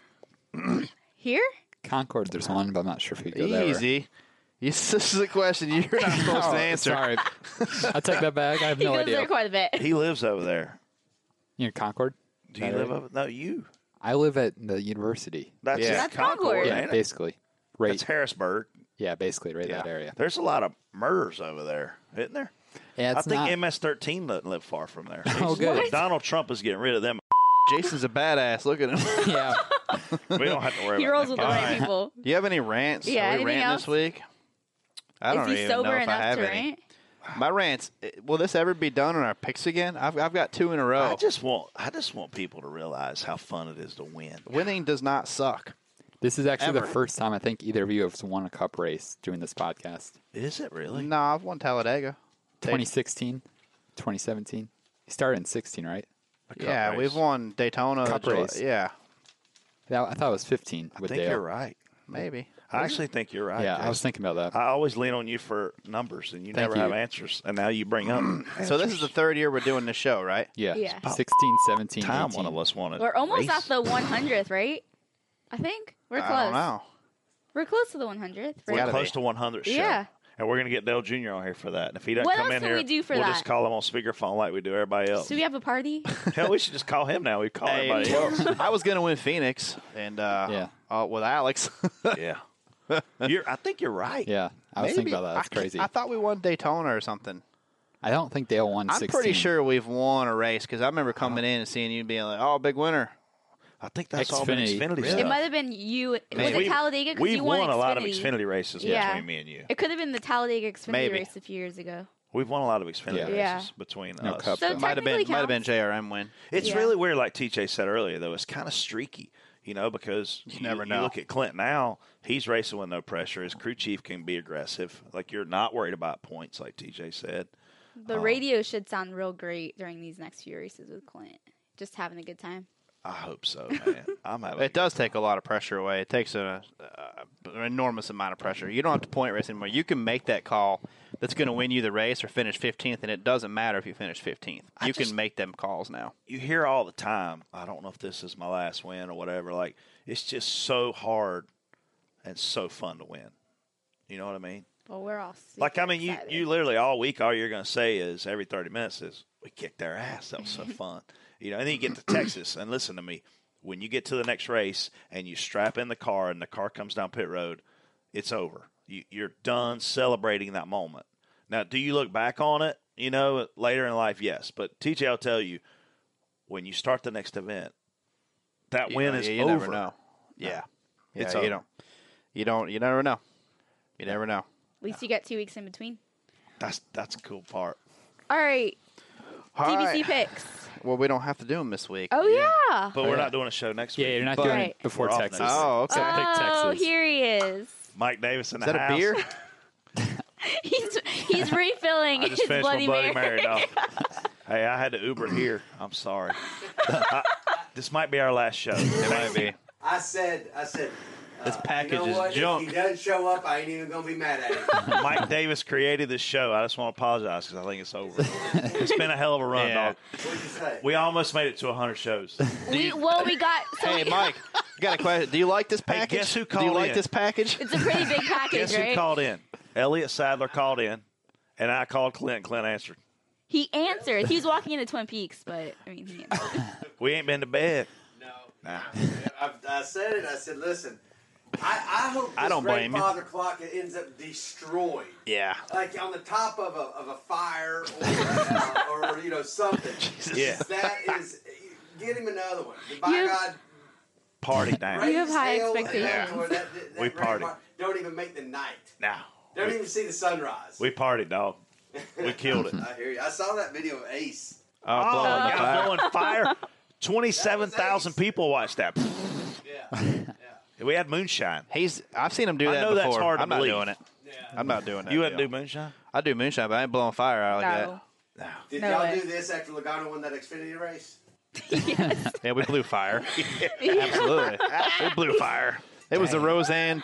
Speaker 6: Here?
Speaker 1: Concord, there's one, but I'm not sure if you go there.
Speaker 2: Easy. You, (laughs) this is a question you're not supposed
Speaker 1: Oh,
Speaker 2: to answer.
Speaker 1: sorry. I take that back. I have
Speaker 6: he
Speaker 1: no
Speaker 6: goes
Speaker 1: idea.
Speaker 6: there quite a bit.
Speaker 5: He lives over there.
Speaker 1: You're in Concord.
Speaker 5: Do you
Speaker 1: That
Speaker 5: live
Speaker 1: area?
Speaker 5: over? No, you.
Speaker 1: I live at the university.
Speaker 5: That's
Speaker 1: yeah,
Speaker 5: yeah.
Speaker 6: (laughs) That's Concord.
Speaker 1: yeah,
Speaker 5: ain't it?
Speaker 1: basically. Right.
Speaker 5: That's Harrisburg.
Speaker 1: yeah, basically right
Speaker 5: Yeah.
Speaker 1: that area.
Speaker 5: There's a lot of murders over there, isn't there?
Speaker 1: Yeah,
Speaker 5: I
Speaker 1: it's
Speaker 5: think
Speaker 1: not.
Speaker 5: MS-13 doesn't live far from there.
Speaker 1: (laughs) Oh, good. What?
Speaker 5: Donald Trump is getting rid of them.
Speaker 2: Jason's a badass. Look at him. (laughs)
Speaker 1: yeah.
Speaker 5: We don't have
Speaker 6: (laughs)
Speaker 5: to worry
Speaker 6: He
Speaker 5: about
Speaker 6: rolls
Speaker 5: that.
Speaker 6: with the right people.
Speaker 2: Do you have any rants?
Speaker 6: Yeah,
Speaker 2: Are we
Speaker 6: anything
Speaker 2: ranting
Speaker 6: else?
Speaker 2: this week? (laughs) I don't
Speaker 6: Is he
Speaker 2: even
Speaker 6: sober
Speaker 2: know if I
Speaker 6: enough
Speaker 2: have
Speaker 6: to
Speaker 2: any.
Speaker 6: rant?
Speaker 2: My rants. eh, Will this ever be done in our picks again? I've I've got two in a row.
Speaker 5: Oh. I just want I just want people to realize how fun it is to win.
Speaker 2: Winning does not suck.
Speaker 1: This is actually
Speaker 2: Ever.
Speaker 1: the first time I think either of you have won a cup race doing this podcast.
Speaker 5: Is it really?
Speaker 2: No, I've won Talladega.
Speaker 1: 2016, 2017. You started in 16, right?
Speaker 2: yeah,
Speaker 5: race.
Speaker 2: we've won Daytona.
Speaker 1: Cup
Speaker 2: Jul-
Speaker 1: race.
Speaker 2: Yeah,
Speaker 1: Yeah, I thought it was 15
Speaker 5: I
Speaker 1: with
Speaker 5: think
Speaker 1: Dale.
Speaker 5: you're right.
Speaker 2: maybe.
Speaker 5: I actually think you're right.
Speaker 1: Yeah, I was
Speaker 5: Jason.
Speaker 1: thinking about that.
Speaker 5: I always lean on you for numbers, and you
Speaker 1: Thank
Speaker 5: never have
Speaker 1: you.
Speaker 5: answers. And now you
Speaker 1: (clears throat)
Speaker 5: bring up.
Speaker 2: So this is the third year we're doing the show, right?
Speaker 1: Yeah.
Speaker 6: Yeah. About
Speaker 1: 16, 17,
Speaker 5: time
Speaker 1: 18.
Speaker 5: one of us wanted.
Speaker 6: We're almost
Speaker 5: race.
Speaker 6: at the 100th, right? I think we're close.
Speaker 2: I don't know.
Speaker 6: We're close to the 100th.
Speaker 5: We're
Speaker 6: Right?
Speaker 2: gotta
Speaker 5: close
Speaker 2: be.
Speaker 5: to 100. Show.
Speaker 6: Yeah.
Speaker 5: And we're gonna get Dale Jr. on here for that. And if he doesn't
Speaker 6: What
Speaker 5: come
Speaker 6: else
Speaker 5: in
Speaker 6: can
Speaker 5: here,
Speaker 6: we do for
Speaker 5: we'll
Speaker 6: that?
Speaker 5: just call him on speakerphone like we do everybody else.
Speaker 6: So we have
Speaker 2: (laughs)
Speaker 6: a party.
Speaker 5: Hell, (laughs) we should just call him now. We call
Speaker 2: Hey,
Speaker 1: (laughs)
Speaker 5: everybody
Speaker 2: well,
Speaker 5: else.
Speaker 2: I was gonna win Phoenix, and uh,
Speaker 1: Yeah.
Speaker 2: uh, with Alex. (laughs)
Speaker 5: yeah. You're, I think you're right.
Speaker 1: Yeah, I was
Speaker 2: Maybe.
Speaker 1: thinking about that. That's
Speaker 2: I c-
Speaker 1: crazy.
Speaker 2: I
Speaker 1: I,
Speaker 2: thought we won Daytona or something.
Speaker 1: don't think Dale won Uh-huh.
Speaker 2: I'm
Speaker 1: 16.
Speaker 2: pretty sure we've won a race because I remember coming in and seeing you being like, "Oh, big winner."
Speaker 5: I think that's
Speaker 1: Xfinity.
Speaker 5: all the Xfinity
Speaker 1: Really?
Speaker 5: stuff.
Speaker 6: It might have been you.
Speaker 2: Man,
Speaker 6: was it
Speaker 2: we've-
Speaker 6: Talladega? 'Cause
Speaker 5: We've
Speaker 6: you
Speaker 5: won,
Speaker 6: won,
Speaker 5: a lot of
Speaker 6: Xfinity.
Speaker 5: Xfinity races
Speaker 6: Yeah.
Speaker 5: between me and you.
Speaker 6: It could have been the Talladega Xfinity
Speaker 2: Maybe.
Speaker 6: race a few years ago.
Speaker 5: We've won a lot of Xfinity
Speaker 1: Yeah.
Speaker 6: Yeah.
Speaker 5: races between
Speaker 1: No
Speaker 5: us.
Speaker 1: cup.
Speaker 6: So
Speaker 2: Uh, Might have been
Speaker 6: technically
Speaker 2: might have been
Speaker 6: counts.
Speaker 2: JRM win.
Speaker 5: It's
Speaker 6: Yeah.
Speaker 5: really weird, like TJ said earlier, though. It's kind of streaky, you know, because you,
Speaker 2: never know.
Speaker 5: You look at Clint now; he's racing with no pressure. His crew chief can be aggressive. Like you're not worried about points, like TJ said.
Speaker 6: The
Speaker 5: Oh.
Speaker 6: radio should sound real great during these next few races with Clint. Just having a good time.
Speaker 5: I hope so,
Speaker 2: (laughs)
Speaker 5: man. I'm having.
Speaker 2: It does take a lot of pressure away. It takes a, uh, an enormous amount of pressure. You don't have to point race anymore. You can make that call that's going to win you the race or finish 15th, and it doesn't matter if you finish 15th.
Speaker 5: I
Speaker 2: you
Speaker 5: just-
Speaker 2: can make them calls now.
Speaker 5: You hear all the time. I don't know if this is my last win or whatever. Like it's just so hard and so fun to win. You know what I mean?
Speaker 6: Well, we're all super
Speaker 5: Like I mean, you
Speaker 6: excited.
Speaker 5: you literally all week, all you're gonna say is every thirty minutes is we kicked their ass. That was so fun, you know. And then you get to Texas, and listen to me. When you get to the next race and you strap in the car, and the car comes down pit road, it's over. You, you're done celebrating that moment. Now, do you look back on it? You know, later in life, yes. But TJ, I'll tell you, when you start the next event, that win is
Speaker 2: you, you
Speaker 5: over.
Speaker 2: never know. Yeah. yeah
Speaker 5: It's
Speaker 2: you
Speaker 5: over.
Speaker 2: don't. You don't. You never know. You never know.
Speaker 6: At least you got two weeks in between.
Speaker 5: That's that's a cool part.
Speaker 6: All right,
Speaker 2: All
Speaker 6: DVC
Speaker 5: (laughs)
Speaker 2: right.
Speaker 6: picks.
Speaker 2: Well, we don't have to do them this week.
Speaker 6: Oh yeah.
Speaker 5: But we're not doing a show next
Speaker 1: Yeah,
Speaker 5: week.
Speaker 1: you're not
Speaker 2: But-
Speaker 1: doing
Speaker 6: Right.
Speaker 1: it before
Speaker 5: We're off
Speaker 1: Texas.
Speaker 5: next
Speaker 2: Oh, okay.
Speaker 1: I picked
Speaker 6: Oh,
Speaker 1: Texas.
Speaker 6: here he is. (laughs)
Speaker 5: Mike Davis in
Speaker 2: Is
Speaker 5: the
Speaker 2: that a
Speaker 5: house.
Speaker 2: beer?
Speaker 6: He's
Speaker 5: (laughs)
Speaker 6: he's refilling
Speaker 5: I
Speaker 2: (laughs)
Speaker 6: his
Speaker 5: just finished
Speaker 6: Bloody,
Speaker 5: my Bloody
Speaker 6: Mary.
Speaker 5: Mary. dog. hey, I had to Uber here.
Speaker 2: (laughs)
Speaker 5: I'm sorry. I- this might be our last show.
Speaker 2: It might be.
Speaker 10: I said, I said,
Speaker 2: This package
Speaker 10: you know
Speaker 2: is
Speaker 10: what? If
Speaker 2: junk.
Speaker 10: he doesn't show up, I ain't even gonna be mad at
Speaker 5: (laughs)
Speaker 10: him.
Speaker 5: Mike Davis created this show. I just want to apologize because I think it's over. it's been a hell of a run,
Speaker 2: Yeah.
Speaker 5: dog.
Speaker 10: What'd you say?
Speaker 5: We almost made it to 100 shows.
Speaker 6: We, well, we got so
Speaker 5: (laughs)
Speaker 2: Hey,
Speaker 6: we-
Speaker 2: Mike, got a question. Do you like this package?
Speaker 5: guess who
Speaker 2: Do
Speaker 5: called
Speaker 2: you like
Speaker 5: in?
Speaker 2: this package?
Speaker 6: It's a pretty big package,
Speaker 5: Guess who
Speaker 6: right?
Speaker 5: called in? Elliot Sadler called in, and I called Clint. Clint answered.
Speaker 6: He answered. He was walking into Twin Peaks, but I mean,
Speaker 5: (laughs)
Speaker 6: he answered.
Speaker 5: We ain't been to bed.
Speaker 10: No. (laughs) I, I said it. I said, listen, I, I hope this
Speaker 2: I don't blame you.
Speaker 10: grandfather clock ends up destroyed.
Speaker 2: Yeah.
Speaker 10: Like on the top of a, of a fire or, uh, or you know something.
Speaker 5: Yeah.
Speaker 10: That is, get him another one. By
Speaker 6: You-
Speaker 10: God,
Speaker 5: Party down.
Speaker 10: raise
Speaker 6: have high
Speaker 10: hell and
Speaker 6: expectations.
Speaker 10: hell, or that- that- that
Speaker 5: We
Speaker 10: grandpa-
Speaker 5: partied.
Speaker 10: Don't even make the night.
Speaker 5: Now.
Speaker 10: Don't even see the sunrise.
Speaker 5: We partied, dog. We killed it.
Speaker 10: I hear you. I saw that video of Ace.
Speaker 2: Oh,
Speaker 5: Oh,
Speaker 2: blowing the
Speaker 5: yeah,
Speaker 2: fire.
Speaker 5: blowing (laughs) fire. 27,000 people watched that. (laughs)
Speaker 10: Yeah. yeah.
Speaker 5: We had moonshine.
Speaker 2: He's. I've seen him do
Speaker 5: I
Speaker 2: that
Speaker 5: know that's
Speaker 2: before.
Speaker 5: hard to
Speaker 2: I'm not
Speaker 5: believe.
Speaker 2: doing it.
Speaker 10: Yeah.
Speaker 2: I'm not doing that.
Speaker 5: You wouldn't
Speaker 2: deal.
Speaker 5: do moonshine?
Speaker 2: I do moonshine, but I ain't blowing fire out like
Speaker 6: No.
Speaker 10: Did
Speaker 6: No
Speaker 10: y'all
Speaker 6: way.
Speaker 10: do this after Logano won that Xfinity race?
Speaker 2: that. Yeah, we blew
Speaker 5: (laughs)
Speaker 2: fire. (laughs) Absolutely, we blew fire. It was the Roseanne,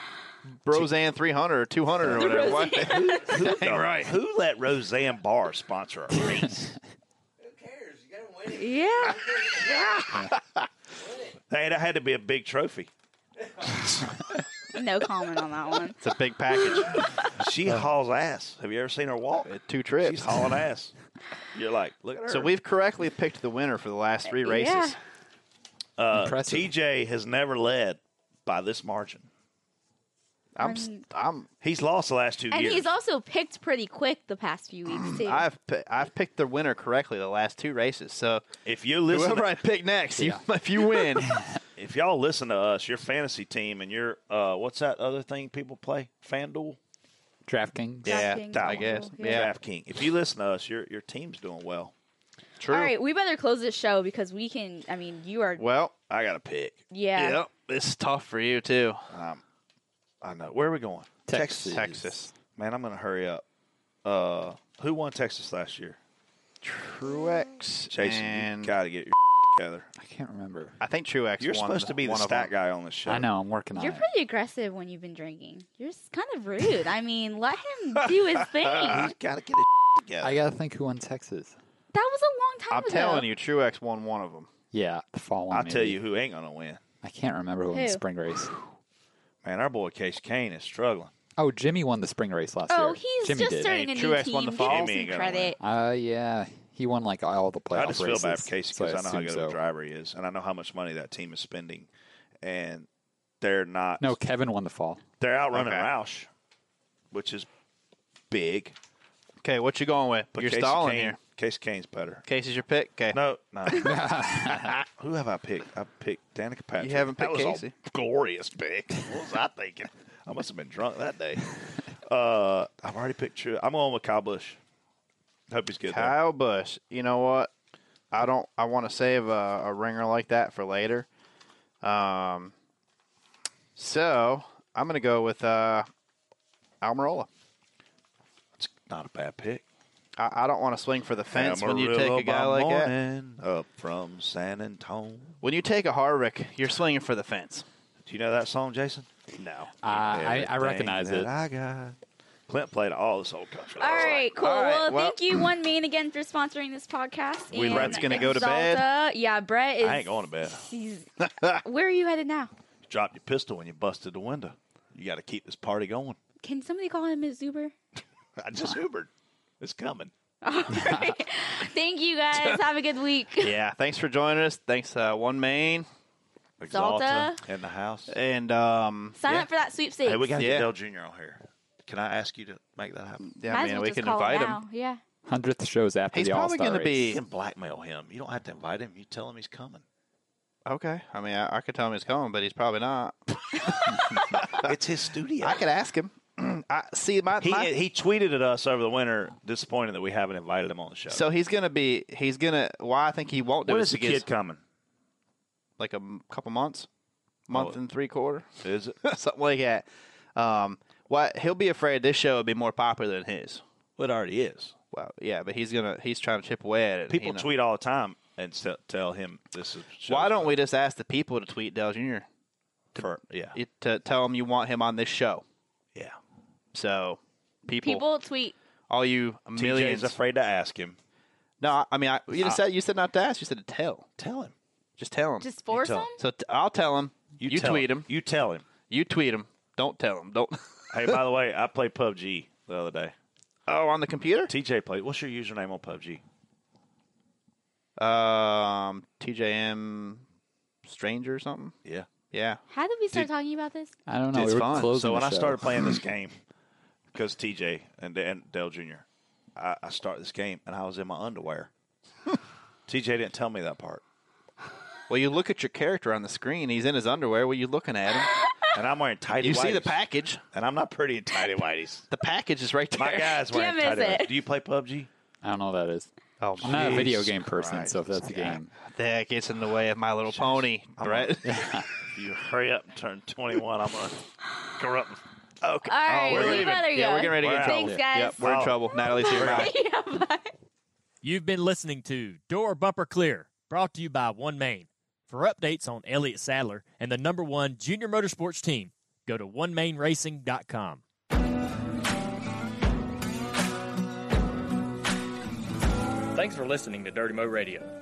Speaker 2: Roseanne 300 or 200 or whatever. What? (laughs)
Speaker 5: Who, right. who let Roseanne Barr sponsor a race?
Speaker 10: Who cares? You gotta win.
Speaker 6: Yeah.
Speaker 5: That had to be a big trophy.
Speaker 6: No comment on that one.
Speaker 5: It's a big
Speaker 6: (laughs)
Speaker 5: package. she hauls ass. Have you ever seen her walk?
Speaker 2: Two trips. She's
Speaker 5: hauling ass. You're like, look at her.
Speaker 2: So we've correctly picked the winner for the last three
Speaker 5: Yeah.
Speaker 2: races.
Speaker 5: Uh, TJ has never led by this margin.
Speaker 2: I'm. s-
Speaker 6: And-
Speaker 2: I'm.
Speaker 5: He's lost the last two
Speaker 6: And he's also picked pretty quick the past few weeks too.
Speaker 2: I've pi- I've picked the winner correctly the last two races. So
Speaker 5: if you listen
Speaker 2: whoever
Speaker 5: to-
Speaker 2: I pick next, you, (laughs) if you
Speaker 6: (laughs)
Speaker 2: win,
Speaker 5: if y'all listen to us, your fantasy team and your uh, what's that other thing people play? FanDuel,
Speaker 10: DraftKings.
Speaker 5: yeah,
Speaker 6: DraftKings,
Speaker 5: that
Speaker 6: I
Speaker 5: one.
Speaker 6: guess. Yeah.
Speaker 5: DraftKings. If you listen to us, your your team's doing well. True.
Speaker 6: All right, we better close this show because we can. I mean, you are.
Speaker 5: Well, I got to pick.
Speaker 6: Yeah. Yep.
Speaker 5: This is tough for you too. Um, I know. Where are we going? Texas. Texas. Man, I'm going to hurry up. Uh, who won Texas last year?
Speaker 2: Truex.
Speaker 5: Jason,
Speaker 2: and-
Speaker 5: you got to get your (laughs) together. I
Speaker 10: can't remember.
Speaker 2: I think Truex.
Speaker 5: You're
Speaker 2: won
Speaker 5: supposed to be the
Speaker 2: one of
Speaker 5: stat
Speaker 2: them.
Speaker 5: guy on the show.
Speaker 10: I know. I'm working on
Speaker 6: You're
Speaker 10: it.
Speaker 6: pretty aggressive when you've been drinking. You're s- kind of rude. I mean, let him do his thing. That
Speaker 5: gotta get it together.
Speaker 10: I gotta think who won Texas.
Speaker 6: was a long time
Speaker 2: I'm
Speaker 6: ago.
Speaker 2: telling you, Truex won one of them.
Speaker 10: Yeah, the fall one.
Speaker 5: I'll tell
Speaker 10: maybe.
Speaker 5: you who ain't going to win.
Speaker 10: I can't remember who, won
Speaker 6: Who?
Speaker 10: the spring race.
Speaker 5: Man, our boy Case Kane is struggling.
Speaker 10: Oh, Jimmy won the spring race last year.
Speaker 6: Oh, he's
Speaker 10: Jimmy
Speaker 6: just
Speaker 10: did.
Speaker 6: starting a new team. Give him some credit.
Speaker 10: Uh, yeah, he won like all the playoff
Speaker 5: I just feel
Speaker 10: races.
Speaker 5: bad for Casey
Speaker 10: so
Speaker 5: because I know how
Speaker 10: assume
Speaker 5: good
Speaker 10: so.
Speaker 5: of a driver he is, and I know how much money that team is spending, and they're not.
Speaker 10: No, Kevin won the fall.
Speaker 5: they're outrunning
Speaker 10: Okay.
Speaker 5: Roush, which is big.
Speaker 2: Okay, what you going with?
Speaker 5: But
Speaker 2: You're
Speaker 5: Casey
Speaker 2: stalling
Speaker 5: Kane,
Speaker 2: here.
Speaker 5: Casey Kane's better.
Speaker 2: Casey's your pick. Okay.
Speaker 5: No,
Speaker 10: (laughs)
Speaker 5: no. (laughs) Who have I picked? I picked Danica Patrick.
Speaker 2: haven't
Speaker 5: That
Speaker 2: picked
Speaker 5: was a
Speaker 2: Casey.
Speaker 5: glorious pick. What was I thinking? I must have been drunk that
Speaker 10: (laughs)
Speaker 5: day. Uh, I've already picked True. I'm on with Kyle Bush. Hope he's good. though.
Speaker 2: Kyle Bush. You know what? I don't. I want to save a, a ringer like that for later. Um. So I'm gonna go with uh, Almirola.
Speaker 5: It's not a bad pick.
Speaker 2: I, I don't want to swing for the fence when you take
Speaker 5: Amarillo
Speaker 2: a guy
Speaker 5: by
Speaker 2: like
Speaker 5: morning, Up from San Antonio.
Speaker 2: that. When you take a Harvick, you're swinging for the fence.
Speaker 5: Do you know that song, Jason?
Speaker 2: No.
Speaker 10: Uh, I, I
Speaker 5: Everything
Speaker 10: recognize
Speaker 5: that
Speaker 10: it.
Speaker 5: I got. Clint played all this old country.
Speaker 6: All right, cool.
Speaker 2: all right,
Speaker 6: well,
Speaker 2: well-
Speaker 6: thank you, One Main, again for sponsoring this podcast.
Speaker 5: We-
Speaker 6: and
Speaker 5: Brett's gonna go to bed.
Speaker 6: Exalta. Yeah, Brett is.
Speaker 5: I ain't going to bed.
Speaker 6: he's- where are you headed now?
Speaker 5: Dropped your pistol when you busted the window. You got to keep this party going. (laughs)
Speaker 6: Can somebody call him his Uber?
Speaker 5: I just Ubered. It's coming.
Speaker 6: Thank you guys. Have a good week.
Speaker 2: yeah. Thanks for joining us. Thanks, uh, One Main.
Speaker 6: Exalta.
Speaker 5: in the house.
Speaker 2: And um,
Speaker 6: Sign
Speaker 2: yeah.
Speaker 6: up for that sweepstakes.
Speaker 5: Hey, we got to
Speaker 2: Yeah.
Speaker 5: get Dell Jr. on here. Can I ask you to make that happen?
Speaker 2: Yeah,
Speaker 6: Might as
Speaker 2: man,
Speaker 6: well
Speaker 2: we
Speaker 6: just
Speaker 2: can
Speaker 6: call
Speaker 2: invite
Speaker 6: now.
Speaker 2: him.
Speaker 6: Yeah.
Speaker 10: Hundredth shows after
Speaker 2: He's
Speaker 10: the All
Speaker 2: probably
Speaker 10: Star
Speaker 2: gonna
Speaker 10: race.
Speaker 2: be-
Speaker 5: You can blackmail him. You don't have to invite him. You tell him he's coming.
Speaker 2: Okay. I mean, I, I could tell him he's coming, but he's probably not.
Speaker 5: it's his studio.
Speaker 2: I could ask him. (clears throat) I see my,
Speaker 5: He,
Speaker 2: my
Speaker 5: he tweeted at us over the winter, disappointed that we haven't invited him on the show.
Speaker 2: So he's gonna be. He's gonna. Why I think he won't do
Speaker 5: when
Speaker 2: it
Speaker 5: is the
Speaker 2: because-
Speaker 5: kid coming?
Speaker 2: Like a m- couple months, month
Speaker 5: Oh.
Speaker 2: and three quarter, (laughs)
Speaker 5: Is it?
Speaker 2: something like that. Um, why he'll be afraid this show would be more popular than his.
Speaker 5: Well, it already is.
Speaker 2: Well, yeah, but he's gonna. He's trying to chip away at it.
Speaker 5: People
Speaker 2: you know.
Speaker 5: tweet all the time and s- tell him this is.
Speaker 2: Why don't we just ask the people to tweet Dell Jr.
Speaker 5: For, yeah,
Speaker 2: You- to tell him you want him on this show?
Speaker 5: yeah.
Speaker 2: So people,
Speaker 6: People tweet.
Speaker 2: all you millions.
Speaker 5: TJ's afraid to ask him.
Speaker 2: no, I- I mean, I, you just said you said not to ask. You said to tell.
Speaker 5: Tell him.
Speaker 2: Just tell him.
Speaker 6: Just force
Speaker 5: tell
Speaker 6: them.
Speaker 5: 'em.
Speaker 2: so t- I'll tell him. You,
Speaker 5: tell
Speaker 2: tweet him.
Speaker 5: You tell him.
Speaker 2: You tweet him. Don't tell him. Don't. (laughs)
Speaker 5: Hey, by the way, I played PUBG the other day.
Speaker 2: Oh, on the computer?
Speaker 5: TJ played. What's your username on PUBG?
Speaker 2: Um, TJM Stranger or something?
Speaker 5: Yeah.
Speaker 2: Yeah.
Speaker 6: How did we start talking about this?
Speaker 10: I don't know.
Speaker 2: It's
Speaker 10: we were
Speaker 2: fun.
Speaker 10: closing
Speaker 5: So when
Speaker 10: the
Speaker 5: I
Speaker 10: show.
Speaker 5: started playing this game, because TJ and, and Dell Jr., I, I started this game and I was in my underwear. TJ didn't tell me that part.
Speaker 2: Well, you look at your character on the screen. He's in his underwear. Well, you looking at him.
Speaker 5: And I'm wearing tidy
Speaker 2: You
Speaker 5: whities.
Speaker 2: see the package.
Speaker 5: And I'm not pretty in tidy whities.
Speaker 2: The package is right there.
Speaker 5: My guy's
Speaker 6: Can't
Speaker 5: wearing
Speaker 6: miss
Speaker 5: tidy
Speaker 6: it.
Speaker 5: whities. Do you play PUBG?
Speaker 10: I don't know what that is.
Speaker 2: Oh,
Speaker 10: I'm not a video
Speaker 5: Jesus
Speaker 10: game person, so if
Speaker 5: Christ,
Speaker 10: that's a
Speaker 5: this guy.
Speaker 10: game,
Speaker 2: That gets in the way of My Little Pony, Brett.
Speaker 5: If you hurry up and turn 21, I'm going to corrupt. Okay.
Speaker 6: All right,
Speaker 5: we're
Speaker 6: we
Speaker 5: leaving.
Speaker 6: better go.
Speaker 2: (laughs) yeah, Oh, we're getting ready to get in trouble.
Speaker 6: Thanks, guys.
Speaker 2: Yep, we're in
Speaker 5: Oh.
Speaker 2: trouble. Natalie's here.
Speaker 6: (laughs)
Speaker 2: Bye.
Speaker 3: You've been listening to Door Bumper Clear, brought to you by One Main. For updates on Elliott Sadler and the number one junior motorsports team, go to onemainracing.com. Thanks for listening to Dirty Mo Radio.